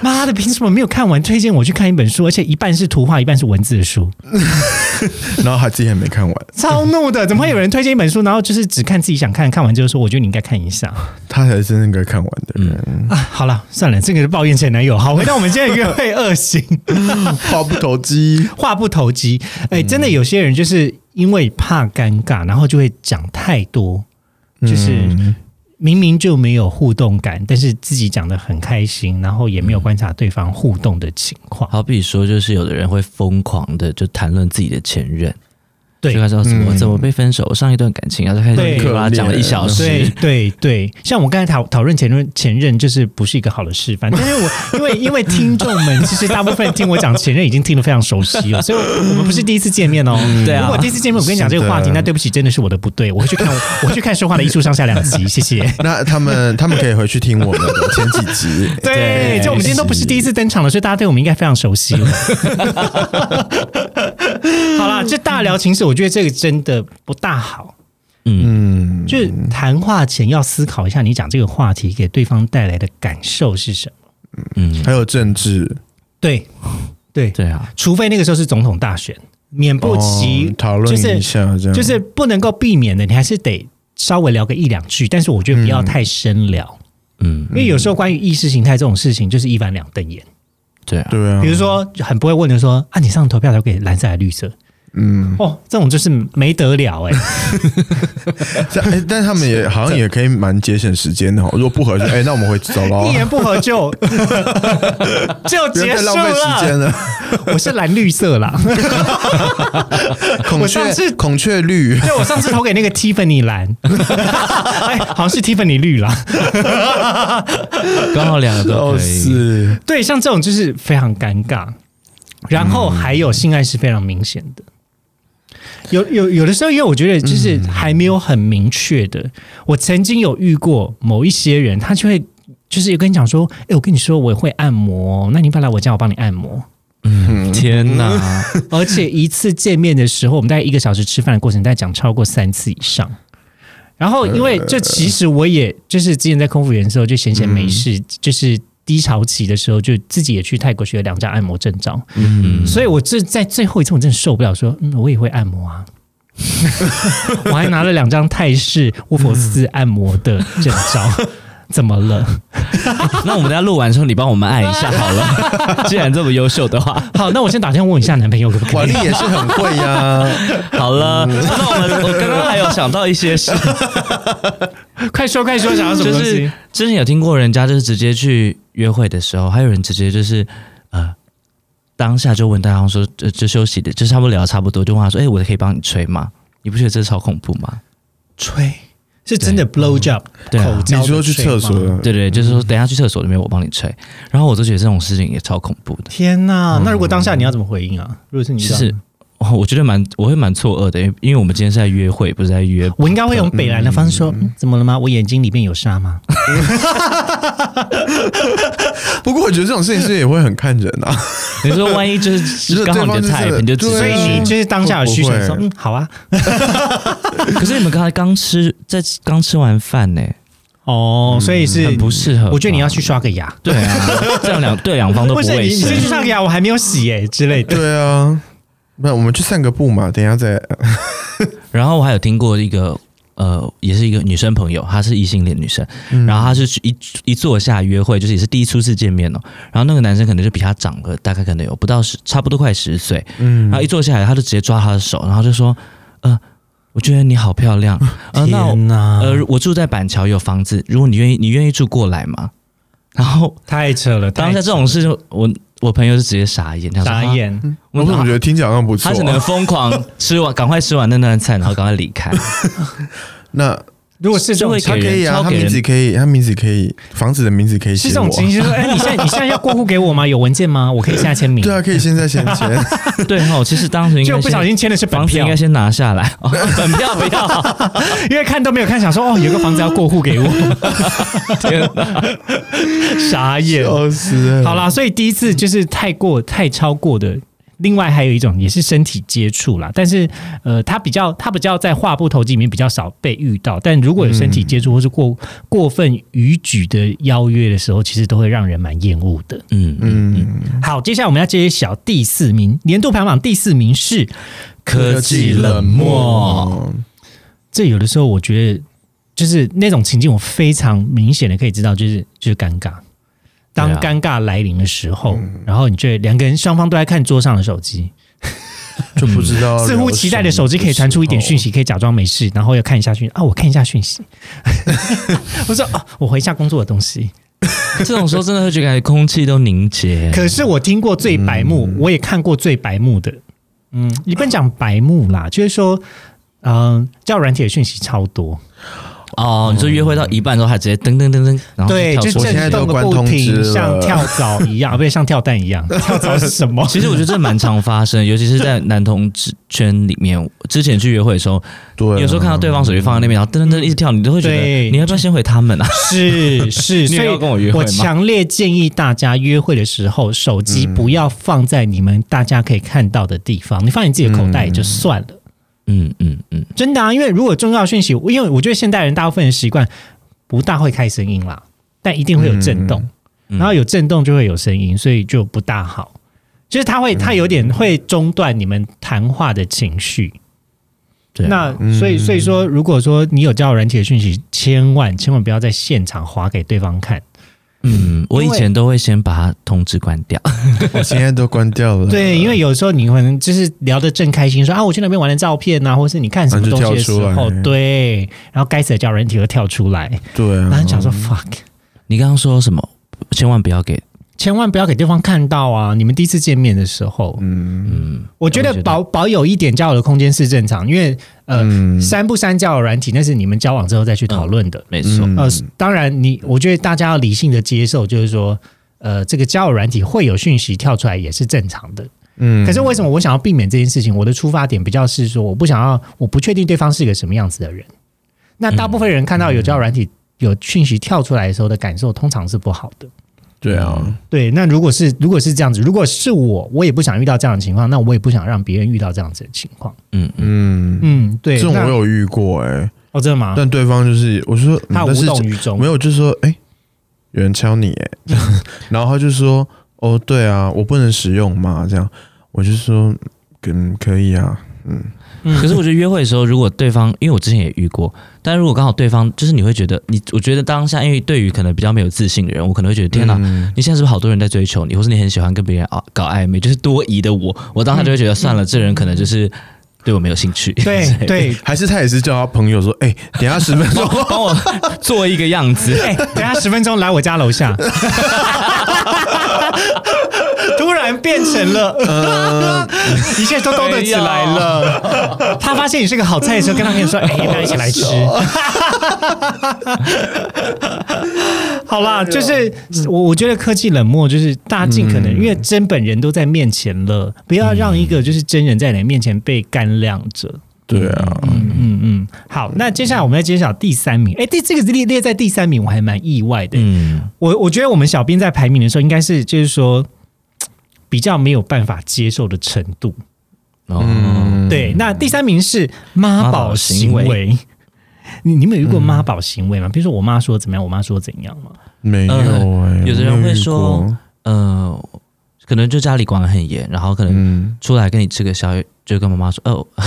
[SPEAKER 1] 妈的，凭什么没有看完推荐我去看一本书，而且一半是图画，一半是文字的书？
[SPEAKER 3] 然后他自己还没看完，
[SPEAKER 1] 超怒的！怎么会有人推荐一本书，然后就是只看自己想看，看完之后说我觉得你应该看一下啊？
[SPEAKER 3] 他才是那个看完的人，
[SPEAKER 1] 好了，算了，这个是抱怨前男友。好，回到我们现在约会恶行，嗯
[SPEAKER 3] 话不投机。
[SPEAKER 1] 话不投机。哎、真的有些人就是因为怕尴尬，然后就会讲太多，就是。
[SPEAKER 3] 嗯
[SPEAKER 1] 明明就没有互动感，但是自己讲的很开心，然后也没有观察对方互动的情况。
[SPEAKER 2] 好比说，就是有的人会疯狂的就谈论自己的前任，
[SPEAKER 1] 对
[SPEAKER 2] 就开始说怎么、
[SPEAKER 3] 嗯
[SPEAKER 2] 怎么被分手，上一段感情，然后就开
[SPEAKER 1] 对
[SPEAKER 2] 始哇讲了一小
[SPEAKER 1] 对
[SPEAKER 2] 时，
[SPEAKER 1] 对对，像我刚才讨讨论前任前任，就是不是一个好的示范。但是我因为因为听众们其实大部分听我讲前任已经听得非常熟悉了，所以我们不是第一次见面哦。
[SPEAKER 2] 对啊
[SPEAKER 1] 如果第一次见面我跟你讲这个话题
[SPEAKER 3] 是，的
[SPEAKER 1] 那对不起，真的是我的不对。我会去看我会去看《说话的艺术》上下两集，谢谢。
[SPEAKER 3] 那他们他们可以回去听我们的前几集，
[SPEAKER 1] 对，
[SPEAKER 2] 对
[SPEAKER 1] 就我们今天都不是第一次登场了，所以大家对我们应该非常熟悉了。 好啦，这大聊情史，我觉得这个真的不大好。
[SPEAKER 2] 嗯，
[SPEAKER 3] 嗯，
[SPEAKER 1] 就是谈话前要思考一下，你讲这个话题给对方带来的感受是什么？
[SPEAKER 2] 嗯，
[SPEAKER 3] 还有政治，
[SPEAKER 1] 对，对，
[SPEAKER 2] 对啊，
[SPEAKER 1] 除非那个时候是总统大选，免不
[SPEAKER 3] 哦
[SPEAKER 1] 其、
[SPEAKER 3] 讨论嗯
[SPEAKER 1] 就是
[SPEAKER 3] 一下这样，
[SPEAKER 1] 就是不能够避免的，你还是得稍微聊个一两句，但是我觉得不要太深聊，
[SPEAKER 2] 嗯，
[SPEAKER 1] 因为有时候关于意识形态这种事情，就是一翻两瞪眼。
[SPEAKER 2] 对啊，
[SPEAKER 3] 对啊，
[SPEAKER 1] 比如说很不会问的说啊，你上次投票投给蓝色还是绿色？
[SPEAKER 3] 嗯，
[SPEAKER 1] 哦，这种就是没得了哎、
[SPEAKER 3] 但哎但他们也好像也可以蛮节省时间的哦。如果不合适，哎，那我们回去 走喽
[SPEAKER 1] 一，言不合 就就
[SPEAKER 3] 不要
[SPEAKER 1] 结
[SPEAKER 3] 再
[SPEAKER 1] 束
[SPEAKER 3] 浪费时
[SPEAKER 1] 了。
[SPEAKER 3] 间了。
[SPEAKER 1] 我是蓝绿色啦，
[SPEAKER 3] 孔
[SPEAKER 1] 我上次
[SPEAKER 3] 雀孔雀绿，
[SPEAKER 1] 对我上次投给那个 Tiffany 蓝，哎，好像是 Tiffany 绿啦。
[SPEAKER 2] 刚好两个都
[SPEAKER 3] 哦
[SPEAKER 2] 可以，
[SPEAKER 3] 是，
[SPEAKER 1] 对，像这种就是非常尴尬，然后还有性爱是非常明显的。有有有的时候，因为我觉得就是还没有很明确的，我曾经有遇过某一些人，他就会就是有跟你讲说，哎、我跟你说我会按摩哦，那你不要来我家，我帮你按摩。
[SPEAKER 2] 嗯，天哪，
[SPEAKER 1] 而且一次见面的时候，我们大概一个小时吃饭的过程，大概讲超过三次以上。然后，因
[SPEAKER 2] 呃
[SPEAKER 1] 为这其实我也就是之前在空服员的时候，就闲闲没事，
[SPEAKER 2] 嗯
[SPEAKER 1] 就是低潮期的时候，就自己也去泰国学了两张按摩证照，
[SPEAKER 2] 嗯，
[SPEAKER 1] 所以我这在最后一次我真的受不了，说嗯，我也会按摩 啊。我还拿了两张泰式巫佛斯按摩的证照，怎么了？
[SPEAKER 2] 那我们等一下录完之后，你帮我们按一下好了，既然这么优秀的话，
[SPEAKER 1] 好，那我先打电话问一下男朋友可不可
[SPEAKER 3] 婉
[SPEAKER 1] 以
[SPEAKER 3] 丽？也是很啊会 呀，
[SPEAKER 2] 好了，那我们我刚刚还有想到一些事，
[SPEAKER 1] 快说快说，想要什么
[SPEAKER 2] 就
[SPEAKER 1] 东西？
[SPEAKER 2] 是之前有听过人家就是直接去约会的时候，还有人直接就是呃当下就问对方说，就就休息的，就是他们聊得差不多，就问他说，哎、我可以帮你吹吗？你不觉得这超恐怖吗？
[SPEAKER 1] 吹，是真的 blow job，
[SPEAKER 2] 对啊
[SPEAKER 1] 口交的
[SPEAKER 3] 你说去厕所啊
[SPEAKER 1] 吹吗？
[SPEAKER 2] 对对，就是说等一下去厕所里面我帮你吹，然后我就觉得这种事情也超恐怖的，
[SPEAKER 1] 天呐！那如果当下你要怎么回应啊？如果是你这
[SPEAKER 2] 就
[SPEAKER 1] 样，
[SPEAKER 2] 是哦我觉得蛮我会蛮错愕的，因为因为我们今天是在约会，不是在约
[SPEAKER 1] 我应该会用北兰的方式说、嗯怎么了吗？我眼睛里面有沙吗？
[SPEAKER 3] 不过我觉得这种事情是不是也会很看人啊。
[SPEAKER 2] 你说万一就
[SPEAKER 3] 如
[SPEAKER 2] 是
[SPEAKER 3] 果
[SPEAKER 2] 刚好
[SPEAKER 3] 对
[SPEAKER 2] 你
[SPEAKER 3] 方就
[SPEAKER 2] 的
[SPEAKER 3] 是
[SPEAKER 2] 菜，你就直
[SPEAKER 3] 对啊
[SPEAKER 1] 所以
[SPEAKER 2] 接
[SPEAKER 1] 你
[SPEAKER 2] 去。
[SPEAKER 1] 嗯就是当下有需求，
[SPEAKER 3] 会不
[SPEAKER 1] 你
[SPEAKER 3] 会
[SPEAKER 1] 说嗯好啊，
[SPEAKER 2] 可是你们刚才刚吃，在刚吃完饭呢、
[SPEAKER 1] 哦，所以
[SPEAKER 3] 嗯
[SPEAKER 1] 是
[SPEAKER 2] 很不适合吧。
[SPEAKER 1] 我觉得你要去刷个牙，
[SPEAKER 2] 对啊，这样 两对两方都不
[SPEAKER 1] 或者
[SPEAKER 2] 卫
[SPEAKER 1] 你你先去
[SPEAKER 2] 生。
[SPEAKER 1] 刷个牙，我还没有洗耶、之类的。
[SPEAKER 3] 对啊，那我们去散个步嘛，等一下再
[SPEAKER 2] 然后我还有听过一个呃，也是一个女生朋友，她是异性恋女生，
[SPEAKER 1] 嗯
[SPEAKER 2] 然后她是去一一坐下约会，就是也是第一初次见面哦。然后那个男生可能就比她长了大概可能有不到十，差不多快十岁。
[SPEAKER 3] 嗯
[SPEAKER 2] 然后一坐下来，他就直接抓她的手，然后就说：“呃，我觉得你好漂亮。呃，那我
[SPEAKER 1] 天呐，
[SPEAKER 2] 呃，我住在板桥有房子，如果你愿意，你愿意住过来吗？”然后
[SPEAKER 1] 太扯了！
[SPEAKER 2] 当下这种事情，我我朋友就直接傻眼，他
[SPEAKER 1] 太
[SPEAKER 2] 说啊
[SPEAKER 1] 傻，眼，
[SPEAKER 2] 我
[SPEAKER 3] 我怎么觉得听起来好像不错
[SPEAKER 2] 他
[SPEAKER 3] 啊、
[SPEAKER 2] 只能疯狂吃完，赶快吃完那顿菜，然后赶快离 开。
[SPEAKER 3] 那
[SPEAKER 1] 如果是这
[SPEAKER 2] 就
[SPEAKER 1] 种
[SPEAKER 2] 会
[SPEAKER 1] 情
[SPEAKER 3] 他可
[SPEAKER 2] 给人
[SPEAKER 3] 以啊，
[SPEAKER 2] 超
[SPEAKER 3] 他
[SPEAKER 2] 给
[SPEAKER 3] 名
[SPEAKER 2] 人
[SPEAKER 3] 字可以，他名字可以，房子的名字可以
[SPEAKER 1] 是
[SPEAKER 3] 写
[SPEAKER 1] 这
[SPEAKER 3] 我
[SPEAKER 1] 种情形，就
[SPEAKER 3] 啊。
[SPEAKER 1] 是说哎、你现在你现在要过户给我吗？有文件吗？我可以现在签名。
[SPEAKER 3] 对啊，可以现在先 签，
[SPEAKER 2] 对哈，我其实当时应该
[SPEAKER 1] 就
[SPEAKER 2] 先
[SPEAKER 1] 不小心签的是本
[SPEAKER 2] 房子
[SPEAKER 1] 票
[SPEAKER 2] 应该，先拿下来，哦、本票不要。
[SPEAKER 1] 因为看都没有看，想说哦，有个房子要过户给我，
[SPEAKER 2] 天哦哪，
[SPEAKER 1] 傻眼。
[SPEAKER 3] 笑死了。
[SPEAKER 1] 好啦，所以第一次就是太过太超过的，另外还有一种也是身体接触啦，但是呃，它比较它比较在话不投机里面比较少被遇到，但如果有身体接触或是过过分逾矩的邀约的时候，其实都会让人蛮厌恶的。
[SPEAKER 2] 嗯嗯，
[SPEAKER 3] 嗯，
[SPEAKER 1] 好，接下来我们要揭晓第四名，年度排行榜第四名是
[SPEAKER 2] 科技冷漠，，
[SPEAKER 3] 嗯
[SPEAKER 1] 这有的时候我觉得就是那种情境，我非常明显的可以知道，就是就是尴尬。当
[SPEAKER 2] 对啊
[SPEAKER 1] 尴尬来临的时候，然后你就两个人双方都在看桌上的手机，
[SPEAKER 3] 就不知道
[SPEAKER 1] 似乎期待的手机可以传出一点讯
[SPEAKER 3] 息。
[SPEAKER 1] 息，可以假装没事，然后要看一下讯息啊，我看一下讯 息。我说啊，我回一下工作的东西。
[SPEAKER 2] 这种时候真的会觉得感觉空气都凝结。
[SPEAKER 1] 可是我听过最白目，我也看过最白目的。嗯，你不能讲白目啦，就是说，嗯、叫软体的讯息超多，
[SPEAKER 2] 哦，你说约会到一半之后，还直接噔噔噔噔，然后
[SPEAKER 1] 对，
[SPEAKER 2] 跳
[SPEAKER 1] 就
[SPEAKER 2] 出
[SPEAKER 3] 我
[SPEAKER 2] 去
[SPEAKER 3] 现在
[SPEAKER 1] 震
[SPEAKER 3] 都
[SPEAKER 1] 动个
[SPEAKER 3] 关
[SPEAKER 1] 不
[SPEAKER 3] 通知
[SPEAKER 1] 停，
[SPEAKER 3] 了
[SPEAKER 1] 像跳蚤一样，啊不是像跳蛋一样。跳蚤是什么？
[SPEAKER 2] 其实我觉得这蛮常发生的，尤其是在男同志圈里面。之前去约会的时候，
[SPEAKER 3] 对啊，
[SPEAKER 2] 有时候看到对方手机放在那边，然后噔噔噔一直跳，你都会觉
[SPEAKER 1] 对
[SPEAKER 2] 得你要不要先回他们啊？
[SPEAKER 1] 是 是，
[SPEAKER 2] 你
[SPEAKER 1] 所
[SPEAKER 2] 也
[SPEAKER 1] 以
[SPEAKER 2] 要跟我约会吗
[SPEAKER 1] 强烈建议大家约会的时候，手机
[SPEAKER 3] 嗯
[SPEAKER 1] 不要放在你们大家可以看到的地方，你放你自己的口袋也就算了。
[SPEAKER 2] 嗯嗯嗯，
[SPEAKER 1] 真的啊，因为如果重要讯息，因为我觉得现代人大部分的习惯不大会开声音啦，但一定会有震动，
[SPEAKER 2] 嗯
[SPEAKER 1] 然后有震动就会有声音，所以就不大好。就是它会，它有点
[SPEAKER 3] 嗯
[SPEAKER 1] 会中断你们谈话的情绪。
[SPEAKER 2] 对啊。
[SPEAKER 1] 那所以，所以说，如果说你有交友软体的讯息，千万千万不要在现场划给对方看。
[SPEAKER 2] 嗯，我以前都会先把它通知关掉。
[SPEAKER 3] 我现在都关掉了。
[SPEAKER 1] 对，因为有时候你可能就是聊得正开心，说啊我去那边玩的照片啊，或是你看什么东西的时
[SPEAKER 3] 然后
[SPEAKER 1] 候
[SPEAKER 3] 就跳出，来
[SPEAKER 1] 对，然后该死的交友软体又跳出来，
[SPEAKER 3] 对
[SPEAKER 1] 然
[SPEAKER 3] 啊
[SPEAKER 1] 后你，想说 fuck，
[SPEAKER 2] 你刚刚说什么？千万不要给
[SPEAKER 1] 千万不要给对方看到啊！你们第一次见面的时候，
[SPEAKER 2] 嗯，
[SPEAKER 1] 我觉得
[SPEAKER 2] 我觉得
[SPEAKER 1] 保保有一点交友的空间是正常，因为呃，
[SPEAKER 3] 嗯
[SPEAKER 1] 删不删交友软体那是你们交往之后再去讨论的。
[SPEAKER 2] 没错，
[SPEAKER 3] 嗯
[SPEAKER 1] 呃，当然你，我觉得大家要理性的接受，就是说，呃，这个交友软体会有讯息跳出来也是正常的。
[SPEAKER 3] 嗯
[SPEAKER 1] 可是为什么我想要避免这件事情？我的出发点比较是说，我不想要，我不确定对方是一个什么样子的人。那
[SPEAKER 3] 嗯
[SPEAKER 1] 大部分人看到有交友软体有讯息跳出来的时候的感受，通常是不好的。
[SPEAKER 3] 对啊，
[SPEAKER 1] 对，那如果是如果是这样子，如果是我，我也不想遇到这样的情况，那我也不想让别人遇到这样子的情况。
[SPEAKER 2] 嗯嗯，
[SPEAKER 3] 嗯，
[SPEAKER 1] 嗯，对。
[SPEAKER 3] 这种
[SPEAKER 1] 那
[SPEAKER 3] 我有遇过哎，
[SPEAKER 1] 哦，真的吗？
[SPEAKER 3] 但对方就是我说，嗯
[SPEAKER 1] 他无
[SPEAKER 3] 但是
[SPEAKER 1] 动于衷
[SPEAKER 3] 没。有，就是说，哎，有人敲你哎，然后他就说，哦，对啊，我不能使用嘛，这样，我就说，嗯，可以啊，
[SPEAKER 2] 可是我觉得约会的时候，如果对方，因为我之前也遇过，但如果刚好对方就是你会觉得你，我觉得当下，因为对于可能比较没有自信的人，我可能会觉得天哪，
[SPEAKER 3] 嗯
[SPEAKER 2] 你现在是不是好多人在追求你，或是你很喜欢跟别人啊搞暧昧，就是多疑的我，我当下就
[SPEAKER 3] 嗯
[SPEAKER 2] 会觉得算了，这人可能就是对我没有兴趣，
[SPEAKER 1] 对 对，
[SPEAKER 3] 还是他也是叫他朋友说，哎，等一下十分钟，
[SPEAKER 2] 帮我做一个 样子。
[SPEAKER 1] 哎、等下十分钟来我家楼下，突然变成了，一切都兜得起来了。他发现你是个好菜的时候，跟他朋友说：“哎、要不要一起来吃？”好啦，就是我我觉得科技冷漠，就是大家尽可能，因为真本人都在面前了，不要让一个就是真人在你面前被干晾着。
[SPEAKER 3] 对啊，
[SPEAKER 1] 嗯嗯，好，那接下来我们来揭晓第三名。哎，第这个列列在第三名，我还蛮意外的。
[SPEAKER 2] 嗯，
[SPEAKER 1] 我我觉得我们小编在排名的时候，应该是就是说嘖比较没有办法接受的程度。
[SPEAKER 3] 嗯
[SPEAKER 2] 哦，
[SPEAKER 1] 对，那第三名是妈宝行为。
[SPEAKER 2] 妈宝行嗯
[SPEAKER 1] 你你们有遇过妈宝行为吗？比如说我妈说怎么样，我妈说怎样吗？
[SPEAKER 3] 没有
[SPEAKER 1] 呃
[SPEAKER 3] 哎，
[SPEAKER 2] 有的人
[SPEAKER 3] 没
[SPEAKER 2] 会
[SPEAKER 3] 遇
[SPEAKER 2] 说
[SPEAKER 3] 过，
[SPEAKER 2] 呃，可能就家里管得很严，然后可能
[SPEAKER 3] 嗯，
[SPEAKER 2] 出来跟你吃个宵夜，就跟妈妈说哦，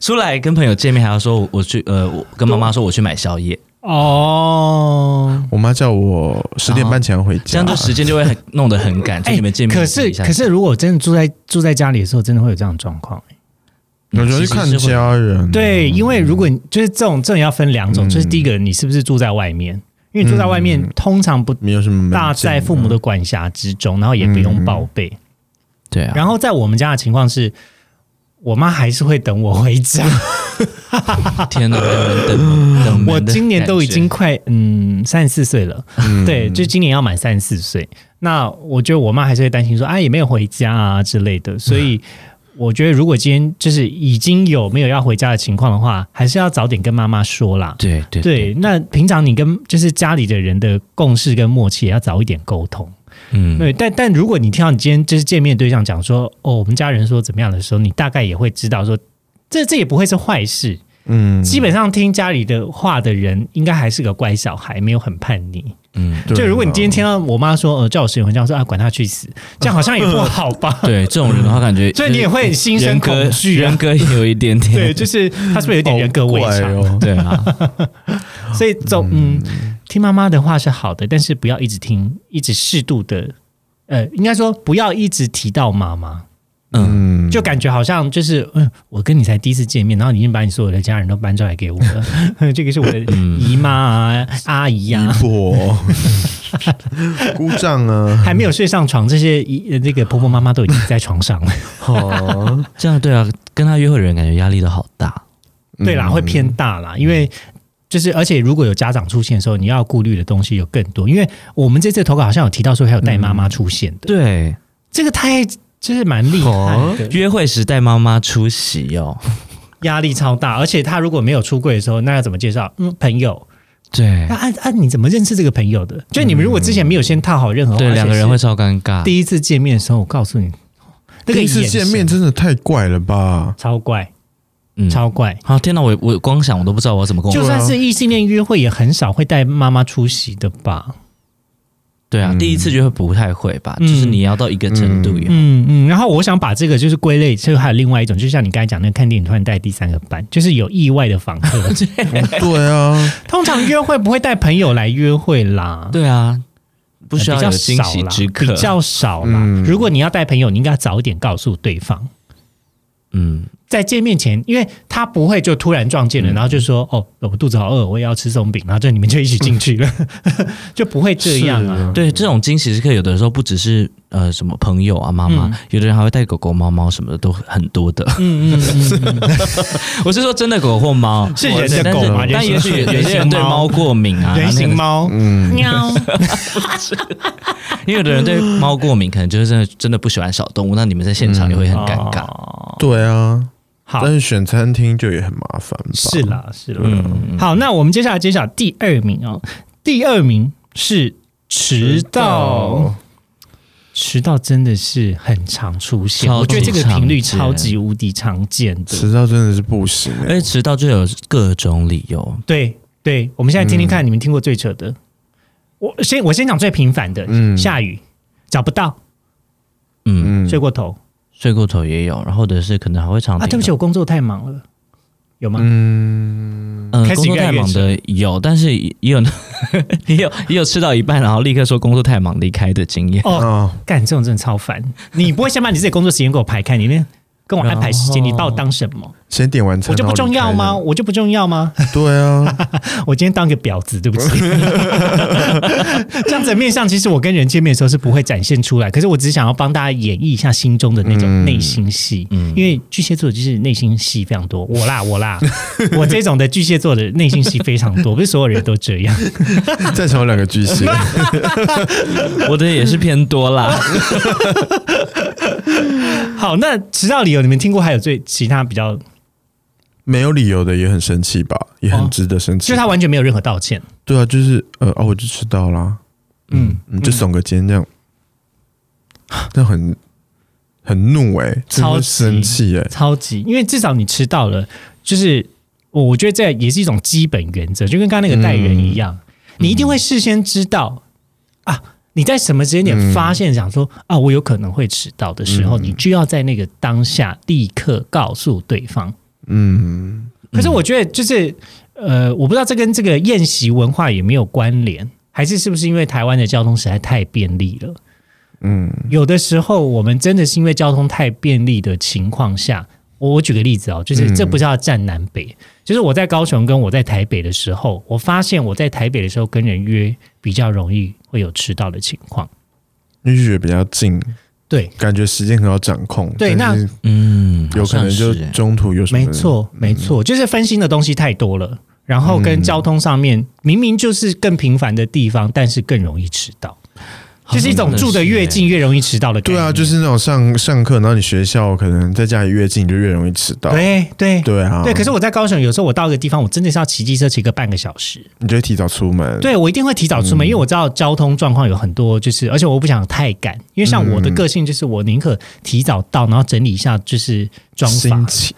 [SPEAKER 2] 出来跟朋友见面还要说我我去呃，我跟妈妈说我去买宵夜，
[SPEAKER 1] 啊哦，
[SPEAKER 3] 我妈叫我十点半前要回家，
[SPEAKER 2] 这样就时间就会很弄得很 赶，就你们见面
[SPEAKER 1] 哎可
[SPEAKER 2] 挤
[SPEAKER 1] 是
[SPEAKER 2] 一下
[SPEAKER 1] 可是如果真的住在住在家里的时候，真的会有这样的状况。
[SPEAKER 3] 我觉得是
[SPEAKER 2] 其实
[SPEAKER 3] 看
[SPEAKER 2] 是会
[SPEAKER 3] 家人，
[SPEAKER 1] 对，因为如果你就是这种，这种要分两种，就是第一个，你是不是住在外面？因为你住在外面，通常不
[SPEAKER 3] 没有什么门禁
[SPEAKER 1] 大在父母的管辖之中，然后也不用报备。
[SPEAKER 2] 对啊，
[SPEAKER 1] 然后在我们家的情况是，我妈还是会等我回家。
[SPEAKER 2] 天哪，等等等，
[SPEAKER 1] 我今年都已经快嗯三十四岁了，对，就今年要满三十四岁。那我觉得我妈还是会担心说啊，也没有回家啊之类的，所以。我觉得，如果今天就是已经有没有要回家的情况的话，还是要早点跟妈妈说啦。
[SPEAKER 2] 对对
[SPEAKER 1] 对，那平常你跟就是家里的人的共识跟默契也要早一点沟通，
[SPEAKER 2] 嗯，
[SPEAKER 1] 对，但但如果你听到你今天就是见面对象讲说，哦，我们家人说怎么样的时候，你大概也会知道说，这这也不会是坏事。
[SPEAKER 3] 嗯，
[SPEAKER 1] 基本上听家里的话的人，应该还是个乖小孩，没有很叛逆。
[SPEAKER 2] 嗯，
[SPEAKER 3] 对
[SPEAKER 1] 就如果你
[SPEAKER 3] 啊
[SPEAKER 1] 今天听到我妈说，呃，叫我室友这样说啊，管他去死，这样好像也不好 吧？
[SPEAKER 2] 对，这种人的话，感觉
[SPEAKER 1] 所以你也会心生
[SPEAKER 2] 人格
[SPEAKER 1] 恐惧啊
[SPEAKER 2] 人格也有一点点，
[SPEAKER 1] 对，就是他是不是有点人格
[SPEAKER 3] 好
[SPEAKER 1] 围
[SPEAKER 3] 怪
[SPEAKER 1] 墙？
[SPEAKER 3] 哦，
[SPEAKER 2] 对啊，
[SPEAKER 1] 所以总嗯，听妈妈的话是好的，但是不要一直听，一直适度的，呃，应该说不要一直提到妈妈，
[SPEAKER 2] 嗯，
[SPEAKER 3] 嗯，
[SPEAKER 1] 就感觉好像就是嗯，我跟你才第一次见面，然后你已经把你所有的家人都搬出来给我了， 这个是我的姨妈啊、阿姨
[SPEAKER 3] 逼
[SPEAKER 1] 啊。
[SPEAKER 3] 迫，鼓掌啊，
[SPEAKER 1] 还没有睡上床，这些姨呃那个婆婆妈妈都已经在床上了。
[SPEAKER 3] 好，
[SPEAKER 2] 这样对啊，跟他约会的人感觉压力都好大，
[SPEAKER 1] 对啦，
[SPEAKER 3] 嗯
[SPEAKER 1] 会偏大啦，因为就是而且如果有家长出现的时候，你要顾虑的东西有更多。因为我们这次投稿好像有提到说还有带妈妈出现的，
[SPEAKER 2] 对，
[SPEAKER 1] 这个太就是蛮厉
[SPEAKER 3] 哦
[SPEAKER 1] 害的，
[SPEAKER 2] 约会时带妈妈出席哦，
[SPEAKER 1] 压力超大。而且他如果没有出柜的时候，那要怎么介绍？嗯，朋友，
[SPEAKER 2] 对
[SPEAKER 1] 那按按你怎么认识这个朋友的？就你们如果之前没有先套好任何话，
[SPEAKER 2] 对，两个人会超尴
[SPEAKER 1] 而且是
[SPEAKER 2] 尬，
[SPEAKER 1] 第一次见面的时候，我告诉你，那个
[SPEAKER 3] 第一次
[SPEAKER 1] 眼神
[SPEAKER 3] 见面真的太怪 了吧？
[SPEAKER 1] 超怪，
[SPEAKER 2] 嗯
[SPEAKER 1] 超怪。
[SPEAKER 2] 啊，天哪，我我光想我都不知道我要怎么跟
[SPEAKER 1] 就
[SPEAKER 2] 我，
[SPEAKER 1] 算是异性恋约会，也很少会带妈妈出席的吧？
[SPEAKER 2] 对啊，
[SPEAKER 3] 嗯
[SPEAKER 2] 第一次约会不太会吧，
[SPEAKER 1] 嗯
[SPEAKER 2] 就是你要到一个程度以后，
[SPEAKER 1] 嗯嗯，然后我想把这个就是归类，就还有另外一种，就像你刚才讲那个看电影突然带第三个班，就是有意外的访 客。
[SPEAKER 3] 对啊，
[SPEAKER 1] 通常约会不会带朋友来约会啦，
[SPEAKER 2] 对啊，不
[SPEAKER 1] 呃
[SPEAKER 2] 需要
[SPEAKER 1] 比较
[SPEAKER 2] 有惊
[SPEAKER 1] 少
[SPEAKER 2] 喜
[SPEAKER 1] 啦
[SPEAKER 2] 之，
[SPEAKER 1] 比
[SPEAKER 2] 客，
[SPEAKER 1] 较少啦。
[SPEAKER 3] 嗯
[SPEAKER 1] 如果你要带朋友，你应该早一点告诉对方，
[SPEAKER 2] 嗯，
[SPEAKER 1] 在见面前，因为他不会就突然撞见了，然后就说哦，我肚子好饿，我也要吃松饼，然后就你们就一起进去了， 就不会这样
[SPEAKER 3] 是
[SPEAKER 1] 啊。
[SPEAKER 2] 对，这种惊喜时刻，有的时候不只是呃什么朋友啊、妈妈，
[SPEAKER 1] 嗯
[SPEAKER 2] 有的人还会带狗狗、猫猫什么的，都很多的。
[SPEAKER 1] 嗯嗯嗯嗯。
[SPEAKER 2] 我是说真的狗或猫，
[SPEAKER 1] 是人的
[SPEAKER 2] 但
[SPEAKER 1] 狗吗
[SPEAKER 2] 但
[SPEAKER 1] 人
[SPEAKER 2] 也
[SPEAKER 1] 形
[SPEAKER 2] 许有
[SPEAKER 1] 人
[SPEAKER 2] 有些
[SPEAKER 1] 形
[SPEAKER 2] 人对
[SPEAKER 1] 猫
[SPEAKER 2] 猫过敏啊，
[SPEAKER 1] 人形
[SPEAKER 2] 那个，
[SPEAKER 1] 猫，
[SPEAKER 3] 嗯，
[SPEAKER 1] 喵，
[SPEAKER 2] 因为有的人对猫过敏，可能就是真的真的不喜欢小动物，那你们在现场也会很尴尬。
[SPEAKER 1] 嗯哦
[SPEAKER 3] 对啊，
[SPEAKER 1] 好
[SPEAKER 3] 但，是选餐厅就也很麻烦吧？
[SPEAKER 1] 是，啦，是啦。
[SPEAKER 2] 嗯，
[SPEAKER 1] 好，那我们接下来揭晓第二名哦。第二名是迟到，迟到真的是很常出现，
[SPEAKER 2] 超级
[SPEAKER 1] 我觉得这个频率
[SPEAKER 2] 常见
[SPEAKER 1] 超级无敌常见的。
[SPEAKER 3] 迟到真的是不行哎、
[SPEAKER 2] 而且迟到就有各种理由，
[SPEAKER 1] 对对，我们现在听听看，你们听过最扯的？我先我先讲最频繁的，
[SPEAKER 3] 嗯
[SPEAKER 1] 下雨找不到，
[SPEAKER 2] 嗯，
[SPEAKER 3] 嗯
[SPEAKER 1] 睡过头
[SPEAKER 2] 睡过头也有，然后或者是可能还会常
[SPEAKER 1] 啊，
[SPEAKER 2] 听
[SPEAKER 1] 对不起，
[SPEAKER 2] 到，
[SPEAKER 1] 我工作太忙了，有吗？
[SPEAKER 3] 嗯，
[SPEAKER 2] 嗯，
[SPEAKER 1] 开始
[SPEAKER 2] 工作
[SPEAKER 1] 越来
[SPEAKER 2] 太
[SPEAKER 1] 越
[SPEAKER 2] 忙的有，但是也也有 也有也有吃到一半，然后立刻说工作太忙离开的经 验。
[SPEAKER 1] 哦，
[SPEAKER 3] 啊，
[SPEAKER 1] 干这种真的超烦，你不会先把你自己工作时间给我排开，你那跟我安排时间，你把我当什么？
[SPEAKER 3] 先点完餐，
[SPEAKER 1] 我就不重要
[SPEAKER 3] 然
[SPEAKER 1] 吗？
[SPEAKER 3] 后
[SPEAKER 1] 我就不重要吗？
[SPEAKER 3] 离开？对 啊，
[SPEAKER 1] 我今天当个婊子，对不起。 这样子的面相，其实我跟人见面的时候是不会展现出来，可是我只是想要帮大家演绎一下心中的那种
[SPEAKER 3] 嗯
[SPEAKER 1] 内心戏。
[SPEAKER 2] 嗯
[SPEAKER 1] 因为巨蟹座就是内心戏非常多，我啦我啦，我这种的巨蟹座的内心戏非常多，不是所有人都这样。
[SPEAKER 3] 在场有两个 巨蟹，
[SPEAKER 2] 我的也是偏多啦。
[SPEAKER 1] 好，那迟到理由你们听过还有最其他比较，
[SPEAKER 3] 没有理由的也很生气吧，也
[SPEAKER 1] 哦
[SPEAKER 3] 很值得生
[SPEAKER 1] 就
[SPEAKER 3] 气。
[SPEAKER 1] 是他完全没有任何道歉。
[SPEAKER 3] 对啊，就是呃哦，我就迟到啦，
[SPEAKER 1] 嗯，
[SPEAKER 3] 嗯，就耸个肩这样， 那很很怒哎、欸，真
[SPEAKER 1] 超
[SPEAKER 3] 的
[SPEAKER 1] 级
[SPEAKER 3] 生气哎、
[SPEAKER 1] 超级，因为至少你迟到了，就是我我觉得这也是一种基本原则，就跟刚刚那个带人一样，你一定会事先知道啊，你在什么时间点发现想说、啊，我有可能会迟到的时候，你就要在那个当下立刻告诉对方。
[SPEAKER 3] 嗯，
[SPEAKER 1] 可是我觉得就是呃，我不知道这跟这个宴席文化有没有关联，还是是不是因为台湾的交通实在太便利了？
[SPEAKER 3] 嗯，
[SPEAKER 1] 有的时候我们真的是因为交通太便利的情况下，我我举个例子哦，就是
[SPEAKER 3] 嗯
[SPEAKER 1] 这不是要站南北，就是我在高雄跟我在台北的时候，我发现我在台北的时候跟人约比较容易会有迟到的情况。
[SPEAKER 3] 因为觉得比较近，
[SPEAKER 1] 对，
[SPEAKER 3] 感觉时间很好掌控。
[SPEAKER 1] 对
[SPEAKER 3] 但是
[SPEAKER 2] 嗯，
[SPEAKER 3] 有可能就
[SPEAKER 2] 好像是欸
[SPEAKER 3] 中途有什么，
[SPEAKER 1] 没错，没错，就是分心的东西太多了，然嗯后跟交通上面明明就是更频繁的地方，但是更容易迟到。就是一种住的越近越容易迟到的感
[SPEAKER 3] 对
[SPEAKER 1] 觉。
[SPEAKER 3] 啊，就是那种上上课，然后你学校可能在家里越近，你就越容易迟到。
[SPEAKER 1] 对对
[SPEAKER 3] 对啊，
[SPEAKER 1] 对，可是我在高雄，有时候我到一个地方，我真的是要骑机车骑个半个小时。
[SPEAKER 3] 你就会提早出门。
[SPEAKER 1] 对，我一定会提早出门，因为我知道交通状况有很多，就是而且我不想太赶，因为像我的个性就是我宁可提早到，然后整理一下就是妆
[SPEAKER 3] 心
[SPEAKER 1] 发。
[SPEAKER 3] 情，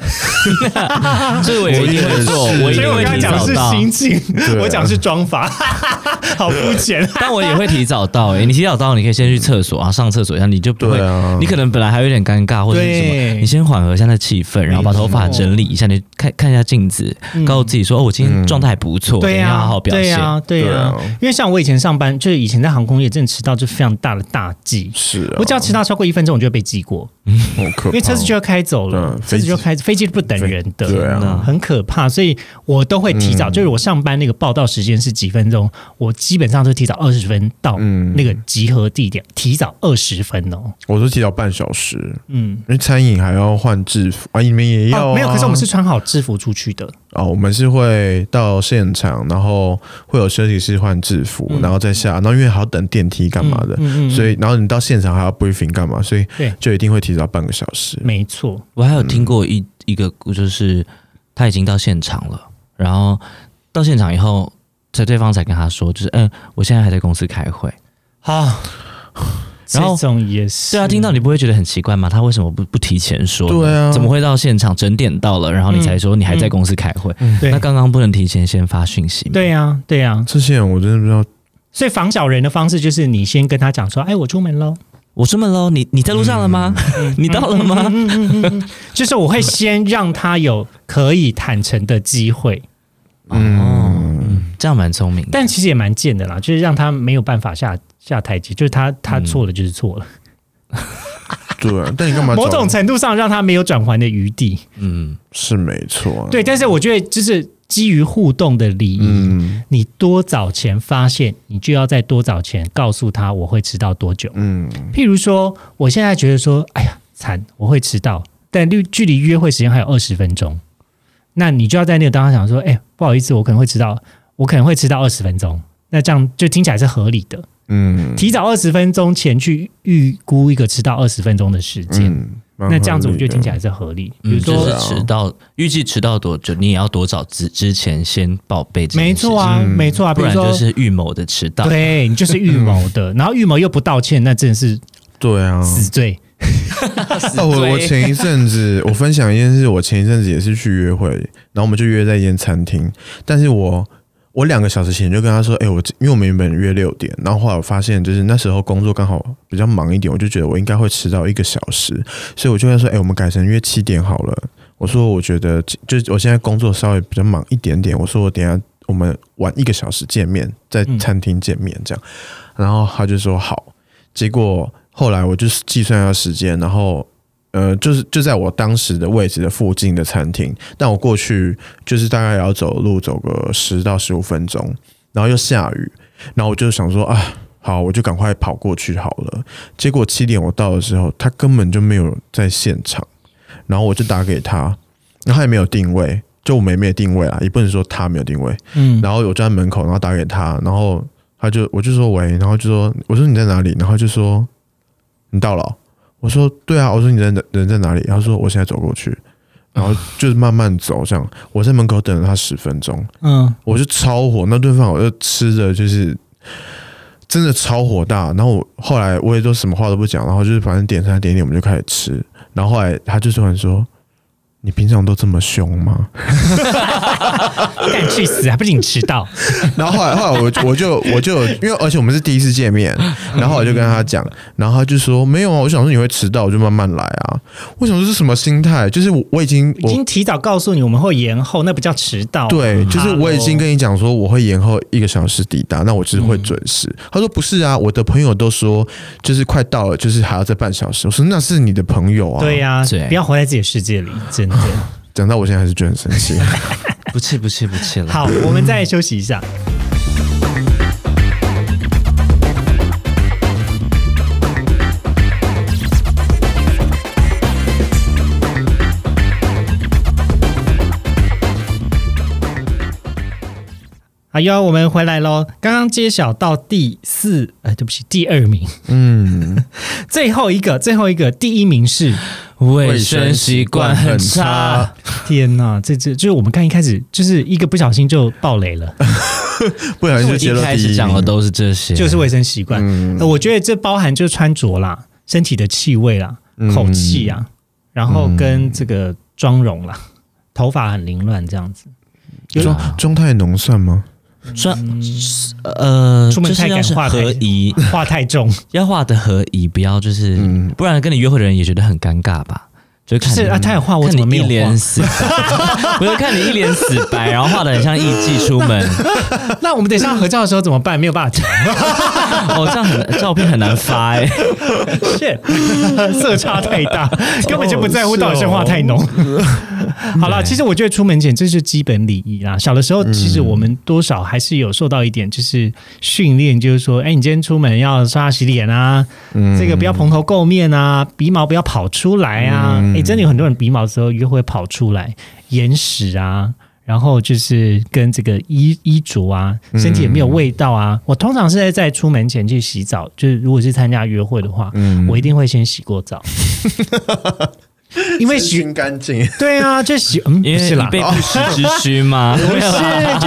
[SPEAKER 1] 啊
[SPEAKER 2] 这我一定会做，
[SPEAKER 3] 我也是
[SPEAKER 2] 我一
[SPEAKER 1] 所以
[SPEAKER 2] 定
[SPEAKER 1] 我
[SPEAKER 2] 会
[SPEAKER 1] 刚刚
[SPEAKER 2] 提
[SPEAKER 1] 讲的
[SPEAKER 2] 早
[SPEAKER 1] 是
[SPEAKER 2] 到。
[SPEAKER 1] 心情，
[SPEAKER 3] 啊
[SPEAKER 1] 我讲的是妆发， 好肤浅。
[SPEAKER 2] 但我也会提早到诶、欸你提早到，你可以先去厕所啊，上厕所一下，你就不会，
[SPEAKER 3] 对啊
[SPEAKER 2] 你可能本来还有点尴尬或者是什么，
[SPEAKER 1] 对
[SPEAKER 2] 你先缓和一下那气氛，然后把头发整理一下，你看看一下镜子，告诉自己说，哦，我今天状态还不错，等一
[SPEAKER 1] 嗯对
[SPEAKER 2] 下
[SPEAKER 1] 呀，
[SPEAKER 2] 好好表
[SPEAKER 1] 对
[SPEAKER 2] 现。
[SPEAKER 1] 呀，对
[SPEAKER 3] 对
[SPEAKER 1] 呀
[SPEAKER 3] 啊。
[SPEAKER 1] 因为像我以前上班，就是以前在航空业，真的迟到就非常大的大忌。
[SPEAKER 3] 是啊，
[SPEAKER 1] 我只要迟到超过一分钟，我就会被记过，
[SPEAKER 3] 好可怕，
[SPEAKER 1] 因
[SPEAKER 3] 哦
[SPEAKER 1] 为车子就要开走了，
[SPEAKER 3] 对
[SPEAKER 1] 车子就要开，飞机是不等人的，
[SPEAKER 3] 对啊嗯
[SPEAKER 1] 很可怕。所以我都会提早，就是我上班那个报到时间是几分钟，我基本上都提早二十分到
[SPEAKER 3] 嗯
[SPEAKER 1] 那个集合地点，提早二十分哦。
[SPEAKER 3] 我都提早半小时，
[SPEAKER 1] 嗯，
[SPEAKER 3] 因为餐饮还要换制服啊，你们也要啊、
[SPEAKER 1] 哦，没有，可是我们是穿好制服出去的，
[SPEAKER 3] 哦，我们是会到现场，然后会有休息室换制服，然后再下，然后因为还要等电梯干嘛的，
[SPEAKER 1] 嗯嗯嗯嗯
[SPEAKER 3] 所以然后你到现场还要 briefing 干嘛，所以
[SPEAKER 1] 对
[SPEAKER 3] 就一定会提早半个小时。
[SPEAKER 1] 没错。
[SPEAKER 2] 我还有听过
[SPEAKER 1] 嗯
[SPEAKER 2] 一、一个，就是他已经到现场了，然后到现场以后，才对方才跟他说，就是嗯，我现在还在公司开会。
[SPEAKER 3] 啊
[SPEAKER 1] 好，这
[SPEAKER 2] 然后
[SPEAKER 1] 种也是，
[SPEAKER 2] 对啊，听到你不会觉得很奇怪吗？他为什么不不提前说呢？
[SPEAKER 3] 对啊
[SPEAKER 2] 怎么会到现场整点到了，然后你才说你还在公司开会？
[SPEAKER 1] 嗯对
[SPEAKER 2] 那刚刚不能提前先发讯息吗？
[SPEAKER 1] 嗯对呀，对呀。
[SPEAKER 3] 这些人我真的不知道，
[SPEAKER 1] 所以防小人的方式就是你先跟他讲说：“哎，我出门喽。
[SPEAKER 2] 我出门喽，你你在路上了吗？
[SPEAKER 1] 嗯
[SPEAKER 2] 你到了吗？”
[SPEAKER 1] 就是我会先让他有可以坦诚的机会，
[SPEAKER 2] 哦，嗯这样蛮聪明的。
[SPEAKER 1] 但其实也蛮贱的啦，就是让他没有办法下下台阶，就是他他错了就是错了，
[SPEAKER 3] 嗯对、啊，但你干嘛找？
[SPEAKER 1] 某种程度上让他没有转圜的余地。
[SPEAKER 2] 嗯，
[SPEAKER 3] 是没错、啊，
[SPEAKER 1] 对，但是我觉得就是基于互动的礼仪，
[SPEAKER 3] 嗯
[SPEAKER 1] 你多早前发现，你就要在多早前告诉他我会迟到多久。
[SPEAKER 3] 嗯，
[SPEAKER 1] 譬如说，我现在觉得说，哎呀，惨，我会迟到，但距距离约会时间还有二十分钟，那你就要在那个当下想说，哎，不好意思，我可能会迟到，我可能会迟到二十分钟，那这样就听起来是合理的。
[SPEAKER 3] 嗯
[SPEAKER 1] 提早二十分钟前去预估一个迟到二十分钟的时间，
[SPEAKER 3] 嗯，蛮
[SPEAKER 1] 那这样子
[SPEAKER 3] 合
[SPEAKER 1] 我
[SPEAKER 3] 理
[SPEAKER 1] 觉得
[SPEAKER 3] 的
[SPEAKER 1] 听起来是合理。比
[SPEAKER 2] 嗯
[SPEAKER 1] 如
[SPEAKER 2] 就
[SPEAKER 1] 说，
[SPEAKER 2] 是迟到，预计迟到多久，你也要多早之之前先报备这件
[SPEAKER 1] 没
[SPEAKER 2] 事情。
[SPEAKER 1] 错啊，没错啊，比
[SPEAKER 2] 嗯
[SPEAKER 1] 如
[SPEAKER 2] 不然
[SPEAKER 1] 说，
[SPEAKER 2] 就是嗯预谋的迟到。
[SPEAKER 1] 对 你就是预谋的，然后预谋又不道歉，那真的是
[SPEAKER 3] 对啊，
[SPEAKER 1] 死罪。
[SPEAKER 3] 哦，我我前一阵子我分享一件事，我前一阵子也是去约会，然后我们就约在一间餐厅，但是我我两个小时前就跟他说，哎、我因为我们原本约六点，然后后来我发现就是那时候工作刚好比较忙一点，我就觉得我应该会迟到一个小时，所以我就跟他说，哎、我们改成约七点好了。我说我觉得就是我现在工作稍微比较忙一点点，我说我等一下我们晚一个小时见面，在餐厅见面这样，然后他就说好，结果后来我就计算一下时间，然后呃，就是就在我当时的位置的附近的餐厅，但我过去就是大概也要走路走个十到十五分钟，然后又下雨，然后我就想说啊，好，我就赶快跑过去好了。结果七点我到的时候，他根本就没有在现场，然后我就打给他，然后他也没有定位，就我们也没有定位啊，也不能说他没有定位，
[SPEAKER 1] 嗯，
[SPEAKER 3] 然后我就在门口，然后打给他，然后他就我就说喂，然后就说我说你在哪里，然后他就说你到了哦，我说对啊，我说你在哪人在哪里，他说我现在走过去，然后就是慢慢走这样，我在门口等了他十分钟，
[SPEAKER 1] 嗯，
[SPEAKER 3] 我就超火，那顿饭我就吃的就是真的超火大。然后我后来我也都什么话都不讲，然后就是反正点餐点点我们就开始吃。然后后来他就突然说：“你平常都这么凶吗
[SPEAKER 1] 敢去死，还不是你迟 到？？”
[SPEAKER 3] 然后后来后来我我就我就因为而且我们是第一次见面，然后我就跟他讲，然后他就说：“没有啊，我想说你会迟到，我就慢慢来啊。”我想说是什么心态？就是我我已经
[SPEAKER 1] 已
[SPEAKER 3] 我
[SPEAKER 1] 经提早告诉你我们会延后，那不叫迟到。
[SPEAKER 3] 对，就是我已经
[SPEAKER 1] Hello
[SPEAKER 3] 跟你讲说我会延后一个小时抵达，那我就是会准时。
[SPEAKER 1] 嗯
[SPEAKER 3] 他说不是啊，我的朋友都说就是快到了，就是还要再半小时。我说那是你的朋友啊。
[SPEAKER 1] 对、呀
[SPEAKER 2] 对，
[SPEAKER 1] 不要活在自己的世界里，真的。
[SPEAKER 3] 讲到我现在还是觉得很生 气。
[SPEAKER 2] 不气不气不气了。
[SPEAKER 1] 好，我们再休息一下。好好哟，我们回来喽。刚刚揭晓到第四，呃，对不起，第二名，
[SPEAKER 3] 嗯，
[SPEAKER 1] 最后一个，最后一个，第一名是，
[SPEAKER 2] 卫生习惯很差，
[SPEAKER 1] 天哪，这这就是我们刚一开始就是一个不小心就爆雷了，
[SPEAKER 3] 不小心
[SPEAKER 2] 我
[SPEAKER 3] 就揭
[SPEAKER 2] 一
[SPEAKER 3] 露
[SPEAKER 2] 开
[SPEAKER 3] 第
[SPEAKER 2] 始
[SPEAKER 3] 一
[SPEAKER 2] 讲的
[SPEAKER 3] 名。
[SPEAKER 2] 都是这些，
[SPEAKER 1] 就是卫生习惯。
[SPEAKER 3] 嗯
[SPEAKER 1] 呃我觉得这包含就是穿着啦、身体的气味啦、
[SPEAKER 3] 嗯
[SPEAKER 1] 口气啊，然
[SPEAKER 2] 嗯
[SPEAKER 1] 后跟这个妆容啦、头发很凌乱这样子。有
[SPEAKER 3] 妆妆太浓算吗？
[SPEAKER 2] 算
[SPEAKER 1] 嗯
[SPEAKER 2] 呃，
[SPEAKER 1] 出门
[SPEAKER 2] 就是
[SPEAKER 1] 太
[SPEAKER 2] 要
[SPEAKER 1] 敢
[SPEAKER 2] 是
[SPEAKER 1] 化太
[SPEAKER 2] 合宜，
[SPEAKER 1] 话太 重，
[SPEAKER 2] 要画的合宜，不要就是，
[SPEAKER 3] 嗯
[SPEAKER 2] 不然跟你约会的人也觉得很尴尬吧。就
[SPEAKER 1] 就
[SPEAKER 2] 看
[SPEAKER 1] 是
[SPEAKER 2] 你
[SPEAKER 1] 啊，他有画，我
[SPEAKER 2] 看
[SPEAKER 1] 怎么
[SPEAKER 2] 你
[SPEAKER 1] 没
[SPEAKER 2] 一
[SPEAKER 1] 有画
[SPEAKER 2] 脸？死白，不是看你一脸死白，然后画的很像艺妓出门，
[SPEAKER 1] 那我们等一下合照的时候怎么办？没有办法讲，
[SPEAKER 2] 哦，这样很照片很难发哎、
[SPEAKER 1] 是 色差太大， 根本就不在乎到底是画太
[SPEAKER 2] 哦
[SPEAKER 1] 浓。好啦，
[SPEAKER 2] 对
[SPEAKER 1] 其实我觉得出门前这是基本礼仪啦。小的时候，其实我们多少还是有受到一点就是训练，就是说，哎，你今天出门要刷牙洗脸啊，
[SPEAKER 3] 嗯
[SPEAKER 1] 这个不要蓬头垢面啊，鼻毛不要跑出来啊！哎、
[SPEAKER 3] 嗯
[SPEAKER 1] 真的有很多人鼻毛的时候约会跑出来，眼屎啊，然后就是跟这个衣衣着啊，
[SPEAKER 3] 嗯
[SPEAKER 1] 身体也没有味道啊。我通常是在在出门前去洗澡，就是如果是参加约会的话，
[SPEAKER 3] 嗯
[SPEAKER 1] 我一定会先洗过 澡，因为洗
[SPEAKER 3] 干净，
[SPEAKER 1] 对啊，就 洗嗯不
[SPEAKER 2] 因为
[SPEAKER 1] 是
[SPEAKER 2] 你
[SPEAKER 1] 啦，
[SPEAKER 2] 被啊不时之需 嘛。哦
[SPEAKER 1] 不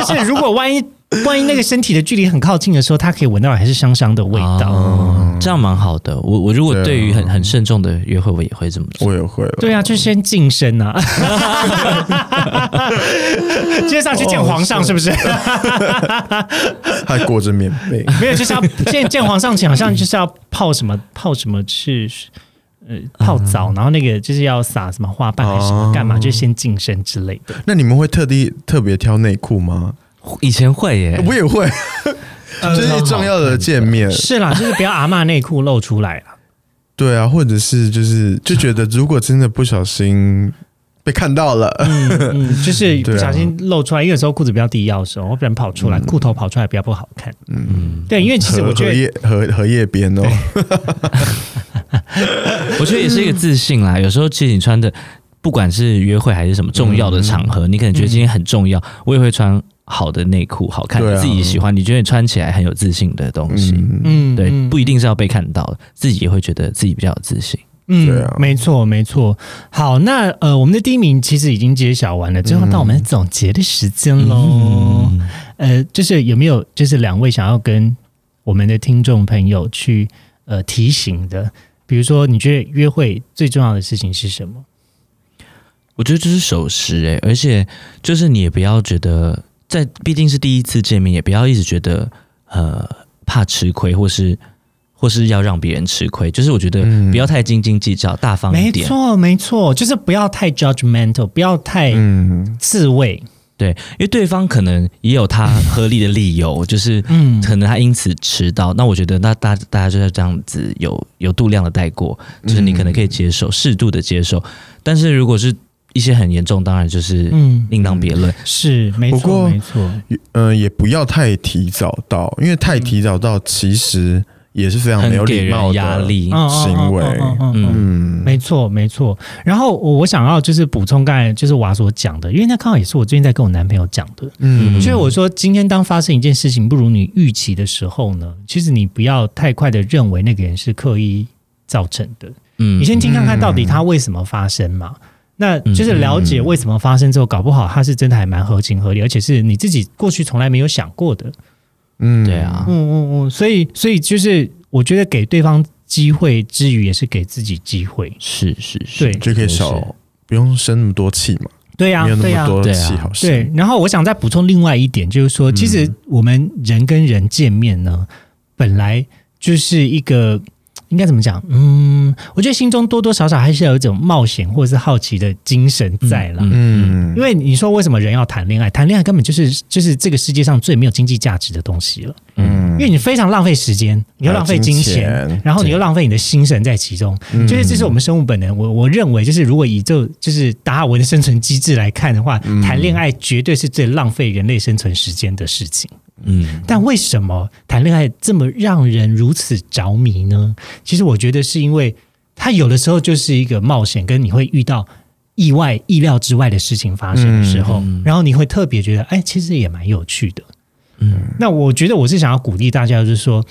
[SPEAKER 1] 是就是如果万一万一那个身体的距离很靠近的时候，它可以闻到还是香香的味道。
[SPEAKER 2] 哦这样蛮好的。我我如果
[SPEAKER 3] 对啊
[SPEAKER 2] 对于很很慎重的约会，我也会这么做。
[SPEAKER 3] 我也会了。
[SPEAKER 1] 对啊，就先净身 啊！今天上去见皇
[SPEAKER 2] 哦
[SPEAKER 1] 上是不 是？
[SPEAKER 3] 还裹着棉被，
[SPEAKER 1] 没有，就是要见见皇上前，好像就是要泡什么泡什么去呃泡
[SPEAKER 2] 嗯
[SPEAKER 1] 澡，然后那个就是要撒什么花瓣还是什么
[SPEAKER 3] 哦
[SPEAKER 1] 干嘛，就先净身之类的。
[SPEAKER 3] 那你们会特地特别挑内裤吗？
[SPEAKER 2] 以前 会耶，
[SPEAKER 3] 我也会，这呃是重要的见面。
[SPEAKER 1] 是啦，就是不要阿嬷内裤露出来啦。
[SPEAKER 3] 对啊，或者是就是就觉得，如果真的不小心被看到了，
[SPEAKER 1] 嗯，就是
[SPEAKER 3] 对
[SPEAKER 1] 不
[SPEAKER 3] 啊
[SPEAKER 1] 小心露出来，因为有时候裤子不要低腰的时候，要不然跑出来，裤头跑出来比较不好看。嗯，对，因为其实我
[SPEAKER 3] 荷
[SPEAKER 1] 觉
[SPEAKER 3] 荷
[SPEAKER 1] 得
[SPEAKER 3] 叶荷荷叶边哦，
[SPEAKER 2] 我觉得也是一个自信啦。有时候其实你穿的，不管是约会还是什么重要的场
[SPEAKER 3] 嗯
[SPEAKER 2] 合，你可能觉得今天很重要，我也会穿好的内裤，好看
[SPEAKER 3] 对
[SPEAKER 2] 的，
[SPEAKER 3] 啊
[SPEAKER 2] 自己喜欢，你觉得你穿起来很有自信的东西。
[SPEAKER 3] 嗯，
[SPEAKER 1] 嗯，
[SPEAKER 2] 对
[SPEAKER 1] 嗯，
[SPEAKER 2] 不一定是要被看到的，自己也会觉得自己比较有自信。
[SPEAKER 1] 嗯，
[SPEAKER 3] 对啊
[SPEAKER 1] 没错，没错。好，那呃，我们的第一名其实已经揭晓完了，最后到我们总结的时间喽。
[SPEAKER 3] 哦
[SPEAKER 2] 嗯，
[SPEAKER 1] 呃，就是有没有就是两位想要跟我们的听众朋友去呃提醒的？比如说，你觉得约会最重要的事情是什么？
[SPEAKER 2] 我觉得这是守时哎、而且就是你也不要觉得在，毕竟是第一次见面，也不要一直觉得呃怕吃亏，或是或是要让别人吃亏。就是我觉得
[SPEAKER 3] 嗯
[SPEAKER 2] 不要太斤斤计较，大方一
[SPEAKER 1] 没
[SPEAKER 2] 点。
[SPEAKER 1] 错，没错，就是不要太 judgmental，不要太
[SPEAKER 3] 嗯，
[SPEAKER 1] 自卫。
[SPEAKER 2] 对，因为对方可能也有他合理的理由， 就是
[SPEAKER 1] 嗯
[SPEAKER 2] 可能他因此迟到。那我觉得那大大家就要这样子有有度量的带过，就是你可能可以接受，适度的接受。但是如果是一些很严重，当然就是
[SPEAKER 1] 嗯，
[SPEAKER 2] 另当别论。
[SPEAKER 1] 是没
[SPEAKER 3] 不
[SPEAKER 1] 错，
[SPEAKER 3] 过
[SPEAKER 1] 没错。
[SPEAKER 3] 呃，也不要太提早到，因为太提早到其实也是非常没有
[SPEAKER 2] 很给
[SPEAKER 3] 礼
[SPEAKER 2] 人
[SPEAKER 3] 貌
[SPEAKER 2] 压
[SPEAKER 3] 的。
[SPEAKER 2] 力。
[SPEAKER 1] 嗯
[SPEAKER 3] 行为
[SPEAKER 1] 嗯嗯嗯嗯
[SPEAKER 3] 嗯，
[SPEAKER 1] 没错，没错。然后我我想要就是补充刚才就是娃所讲的，因为那刚好也是我最近在跟我男朋友讲的。
[SPEAKER 3] 嗯
[SPEAKER 1] 所以我说，今天当发生一件事情不如你预期的时候呢，其实你不要太快的认为那个人是刻意造成的，
[SPEAKER 2] 嗯
[SPEAKER 1] 你先听看看到底他为什么发生嘛。那
[SPEAKER 3] 嗯
[SPEAKER 1] 就是了解为什么发生之后，搞不好他是真的还蛮合情合理，而且是你自己过去从来没有想过的。
[SPEAKER 3] 嗯
[SPEAKER 2] 对，啊
[SPEAKER 1] 嗯，嗯嗯，所以所以就是我觉得给对方机会之余，也是给自己机会。
[SPEAKER 2] 是是是，
[SPEAKER 1] 对
[SPEAKER 3] 就可以少不用生那么多气嘛，
[SPEAKER 1] 对呀、
[SPEAKER 3] 没有那
[SPEAKER 1] 对呀、
[SPEAKER 3] 么多嗯
[SPEAKER 2] 对啊
[SPEAKER 3] 气好生。
[SPEAKER 1] 对，然后我想再补充另外一点，就是说，其实我们人跟人见面呢，本来就是一个应该怎么讲？嗯，我觉得心中多多少少还是有一种冒险或者是好奇的精神在啦。
[SPEAKER 2] 嗯
[SPEAKER 3] 嗯，
[SPEAKER 1] 因为你说为什么人要谈恋爱？谈恋爱根本就是就是这个世界上最没有经济价值的东西了，
[SPEAKER 3] 嗯
[SPEAKER 1] 因为你非常浪费时间，你又浪费金钱，
[SPEAKER 3] 还有金钱嗯
[SPEAKER 1] 然后你又浪费你的心神在其中，就是这是我们生物本能。我我认为，就是如果以就就是达尔文的生存机制来看的话，
[SPEAKER 3] 嗯
[SPEAKER 1] 谈恋爱绝对是最浪费人类生存时间的事情。
[SPEAKER 2] 嗯
[SPEAKER 1] 但为什么谈恋爱这么让人如此着迷呢？其实我觉得是因为它有的时候就是一个冒险，跟你会遇到意外、意料之外的事情发生的时候，然后你会特别觉得，哎，其实也蛮有趣的。那我觉得我是想要鼓励大家，就是说。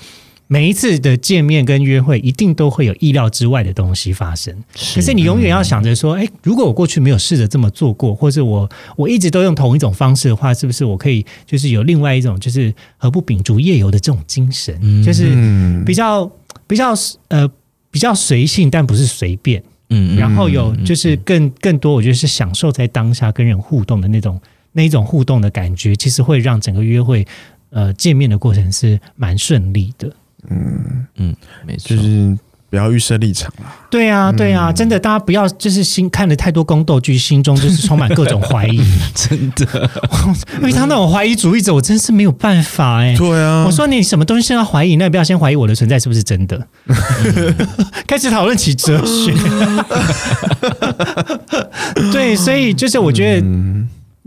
[SPEAKER 1] 每一次的见面跟约会，一定都会有意料之外的东西发生。可是你永远要想着说，哎、如果我过去没有试着这么做过，或者我我一直都用同一种方式的话，是不是我可以就是有另外一种就是何不秉烛夜游的这种精神，就是
[SPEAKER 3] 嗯
[SPEAKER 1] 比较比较呃比较随性，但不是随便。
[SPEAKER 2] 嗯
[SPEAKER 1] 然后有就是更更多，我觉得是享受在当下跟人互动的那种那一种互动的感觉，其实会让整个约会呃见面的过程是蛮顺利的。
[SPEAKER 2] 嗯，没错，
[SPEAKER 3] 就是不要预设立场啦。
[SPEAKER 1] 对啊，对啊，真的，大家不要就是心看了太多宫斗剧，心中就是充满各种怀疑。
[SPEAKER 2] 真的，
[SPEAKER 1] 因为他那种怀疑主义者，我真是没有办法哎、
[SPEAKER 3] 对啊，
[SPEAKER 1] 我说你什么东西先要怀疑，那不要先怀疑我的存在是不是真的。 开始讨论起哲学。对，所以就是我觉得，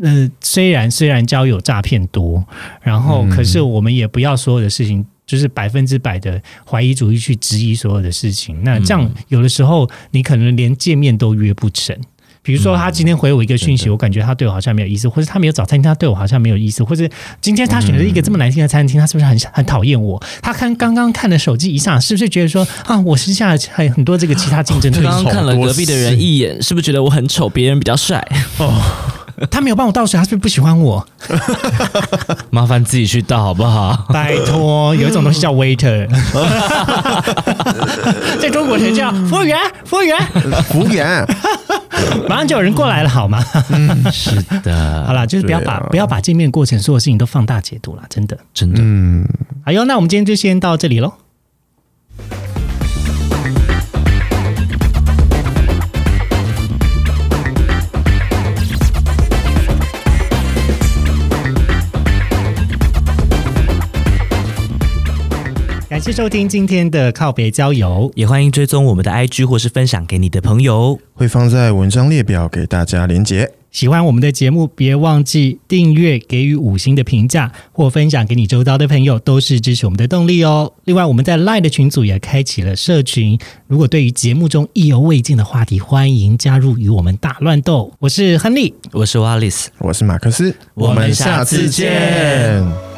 [SPEAKER 1] 呃，虽然虽然交友诈骗多，然后可是我们也不要所有的事情。就是百分之百的怀疑主义去质疑所有的事情，那这样有的时候你可能连见面都约不成。比如说他今天回我一个讯息，我感觉他对我好像没有意思，或者他没有找餐厅，他对我好像没有意思，或者今天他选择一个这么难听的餐厅，他是不是很很讨厌我？他看刚刚看了手机一下，是不是觉得说啊，我私下还很多这个其他竞争对
[SPEAKER 2] 刚
[SPEAKER 1] 手，
[SPEAKER 2] 刚看了隔壁的人一眼，是不是觉得我很丑，别人比较帅？
[SPEAKER 1] 他没有帮我倒水，他是不是不喜欢我？
[SPEAKER 2] 麻烦自己去倒好不好？
[SPEAKER 1] 拜托，有一种东西叫 waiter，在中国人叫服务员，服务员，
[SPEAKER 3] 服务员，
[SPEAKER 1] 马上就有人过来了，好吗？
[SPEAKER 2] 是
[SPEAKER 1] 好
[SPEAKER 2] 的，
[SPEAKER 1] 啦，就是不要把、不要把见面过程所有事情都放大解读啦，真的。
[SPEAKER 2] 真的，
[SPEAKER 3] 嗯，
[SPEAKER 1] 好哟，那我们今天就先到这里喽。感谢收听今天的靠北郊游，
[SPEAKER 2] 也欢迎追踪我们的 IG 或是分享给你的朋友。
[SPEAKER 3] 会放在文章列表给大家连结。
[SPEAKER 1] 喜欢我们的节目，别忘记订阅、给予五星的评价或分享给你周遭的朋友，都是支持我们的动力哦。另外，我们在 LINE 的群组也开启了社群，如果对于节目中意犹未尽的话题，欢迎加入与我们大乱斗。我是亨利，
[SPEAKER 2] 我是 Wallace。
[SPEAKER 3] 我是马克思，
[SPEAKER 2] 我们下次见。